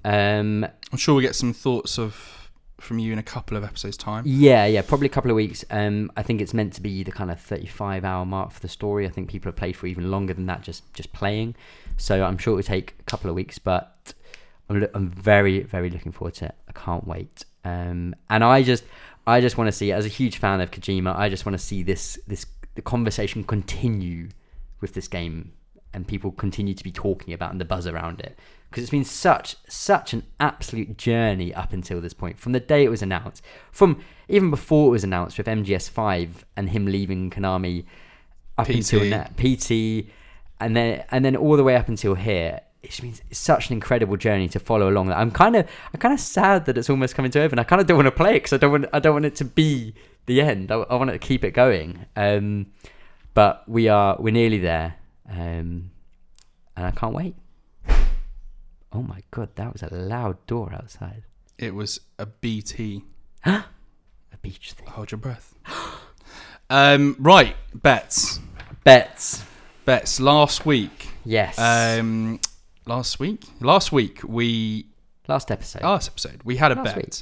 Um, I'm sure we'll get some thoughts of from you in a couple of episodes' time. yeah, yeah, probably a couple of weeks. Um, I think it's meant to be the kind of thirty-five hour mark for the story. I think people have played for even longer than that, just just playing. So I'm sure it'll take a couple of weeks, but I'm, lo- I'm very very looking forward to it. I can't wait. Um, and I just I just want to see as a huge fan of Kojima, I just want to see this this the conversation continue with this game and people continue to be talking about and the buzz around it because it's been such such an absolute journey up until this point from the day it was announced from even before it was announced with MGS5 and him leaving Konami up PT. until now PT and then and then all the way up until here it's been such an incredible journey to follow along that I'm kind of I'm kind of sad that it's almost coming to over and I kind of don't want to play it because I don't want I don't want it to be the end I, I want to keep it going um but we are we're nearly there um and I can't wait oh my god that was a loud door outside It was a BT. a beach thing Hold your breath. [GASPS] um, right, bets, bets bets. Last week, yes um, last week, last week we last episode last episode we had a Last bet week.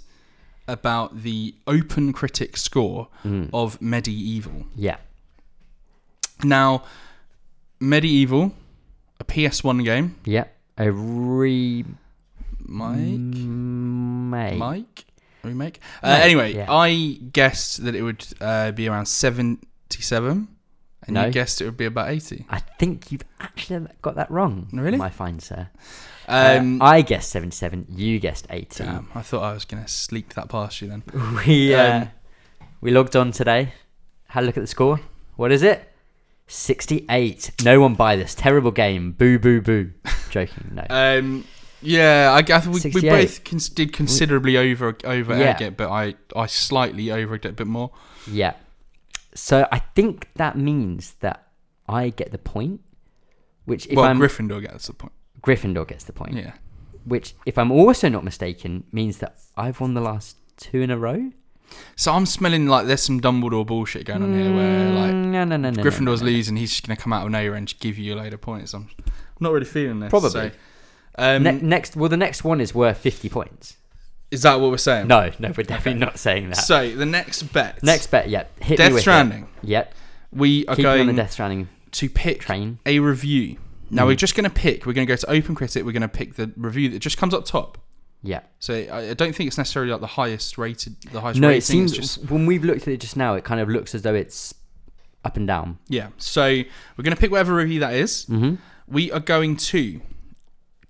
about the Open Critic score Hmm. of Medieval. yeah Now, Medieval, a PS1 game. yeah a re Mike, Mate. Mike, remake. Uh, Mike, anyway, yeah. I guessed that it would uh, be around seventy-seven, and No. you guessed it would be about eighty. I think you've actually got that wrong. Really? My fine sir. Um, Uh, I guessed 77, you guessed 80. Damn, I thought I was gonna sleep that past you then. [LAUGHS] We uh, Um, we logged on today. Had a look at the score. What is it? 68. No one buy this. Terrible game. Boo boo [LAUGHS] boo. Joking. No. Um, yeah, I, guess we, we 68. both cons- did considerably over over Yeah. egg it, but I I slightly over egged it a bit more. Yeah. So I think that means that I get the point, which if well, I'm Gryffindor gets the point. Gryffindor gets the point, Yeah, which if I'm also not mistaken means that I've won the last two in a row. so I'm smelling like there's some Dumbledore bullshit going on here, where uh, like Mm, no no no no. no, no, Gryffindor's no. losing, he's just gonna come out of nowhere and just give you a load of points. I'm I'm not really feeling this. Probably. so- um, Ne- next, well, the next one is worth 50 points. is that what we're saying? No, no, we're definitely not saying that. So the next bet, next bet, yep. Hit me Death with it. Stranding. Yep. We are Keep it on the going Death Stranding to pick train. Mm. a review. Now we're just going to pick. We're going to go to Open Critic. We're going to pick the review that just comes up top. Yeah. So I, I don't think it's necessarily like the highest rated. The highest. No, rating. it seems It's just, when we've looked at it just now, it kind of looks as though it's up and down. yeah. So we're going to pick whatever review that is. Mm-hmm. We are going to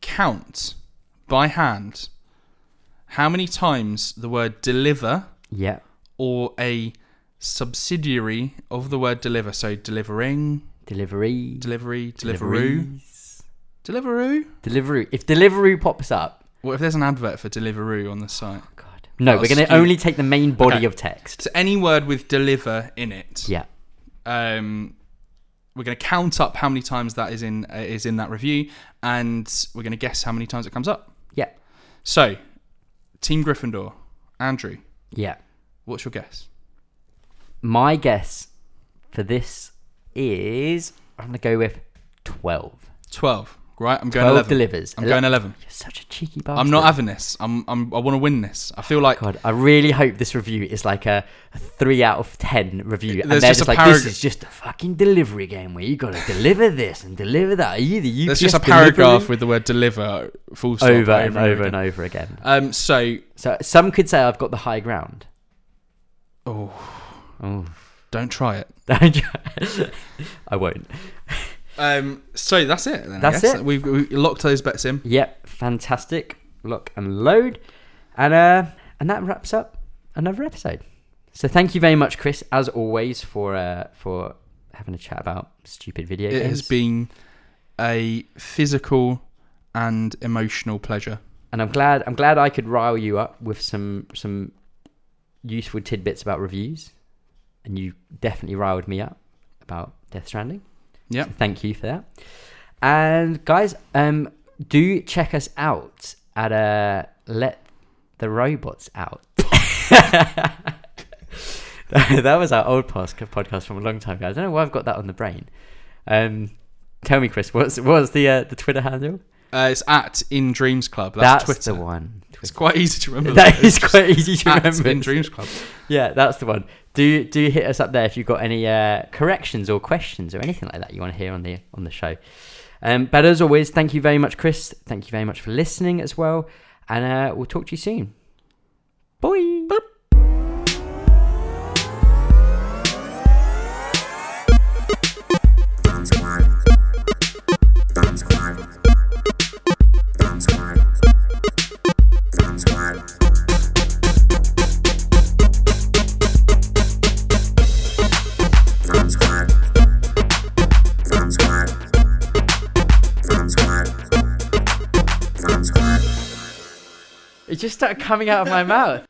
count by hand how many times the word deliver Yeah. or a subsidiary of the word deliver. So delivering, Delivery. delivery, deliveroo, Deliveries. deliveroo. Delivery. If Deliveroo pops up, What if there's an advert for Deliveroo on the site? God. No, That'll we're going to skew- only take the main body Okay. of text. So any word with deliver in it, Yeah. um, we're going to count up how many times that is in uh, is in that review, and we're going to guess how many times it comes up. Yeah. So, Team Gryffindor, Andrew, Yeah. what's your guess? My guess for this is I'm going to go with 12. Twelve, right? I'm going 12 eleven. delivers. I'm going eleven. You're such a cheeky bastard. I'm not having this. I'm, I'm I want to win this. I feel like God, I really hope this review is like a, a three out of ten review, and There's they're just just a like, paragraph- "This is just a fucking delivery game where you got to deliver this and deliver that." Are you the there's UPS just a delivery?" paragraph with the word deliver full stop over and over and again. over again. Um, so So some could say I've got the high ground. [LAUGHS] oh, Oh, don't try it. I won't. Um, so that's it. Then, That's I guess. it. We've, we locked those bets in. Yep, fantastic. Look and load, and uh, and that wraps up another episode. So thank you very much, Chris, as always, for uh, for having a chat about stupid video It games. has been a physical and emotional pleasure. and I'm glad I'm glad I could rile you up with some some useful tidbits about reviews, and you definitely riled me up about Death Stranding. Yep. So thank you for that. And guys, um, do check us out at uh, Let the Robots Out. [LAUGHS] that was our old pos- podcast from a long time ago. I don't know why I've got that on the brain. Um, tell me, Chris, what's what's the uh, the Twitter handle? Uh, it's at In Dreams Club. That's, Twitter. the one. Twitter. It's quite easy to remember. [LAUGHS] That though. is It's just quite easy to at remember. In Dreams Club. Yeah, that's the one. Do do hit us up there if you've got any uh, corrections or questions or anything like that you want to hear on the on the show. Um, but as always, thank you very much, Chris. Thank you very much for listening as well, and uh, we'll talk to you soon. Bye. It just started coming out of my mouth.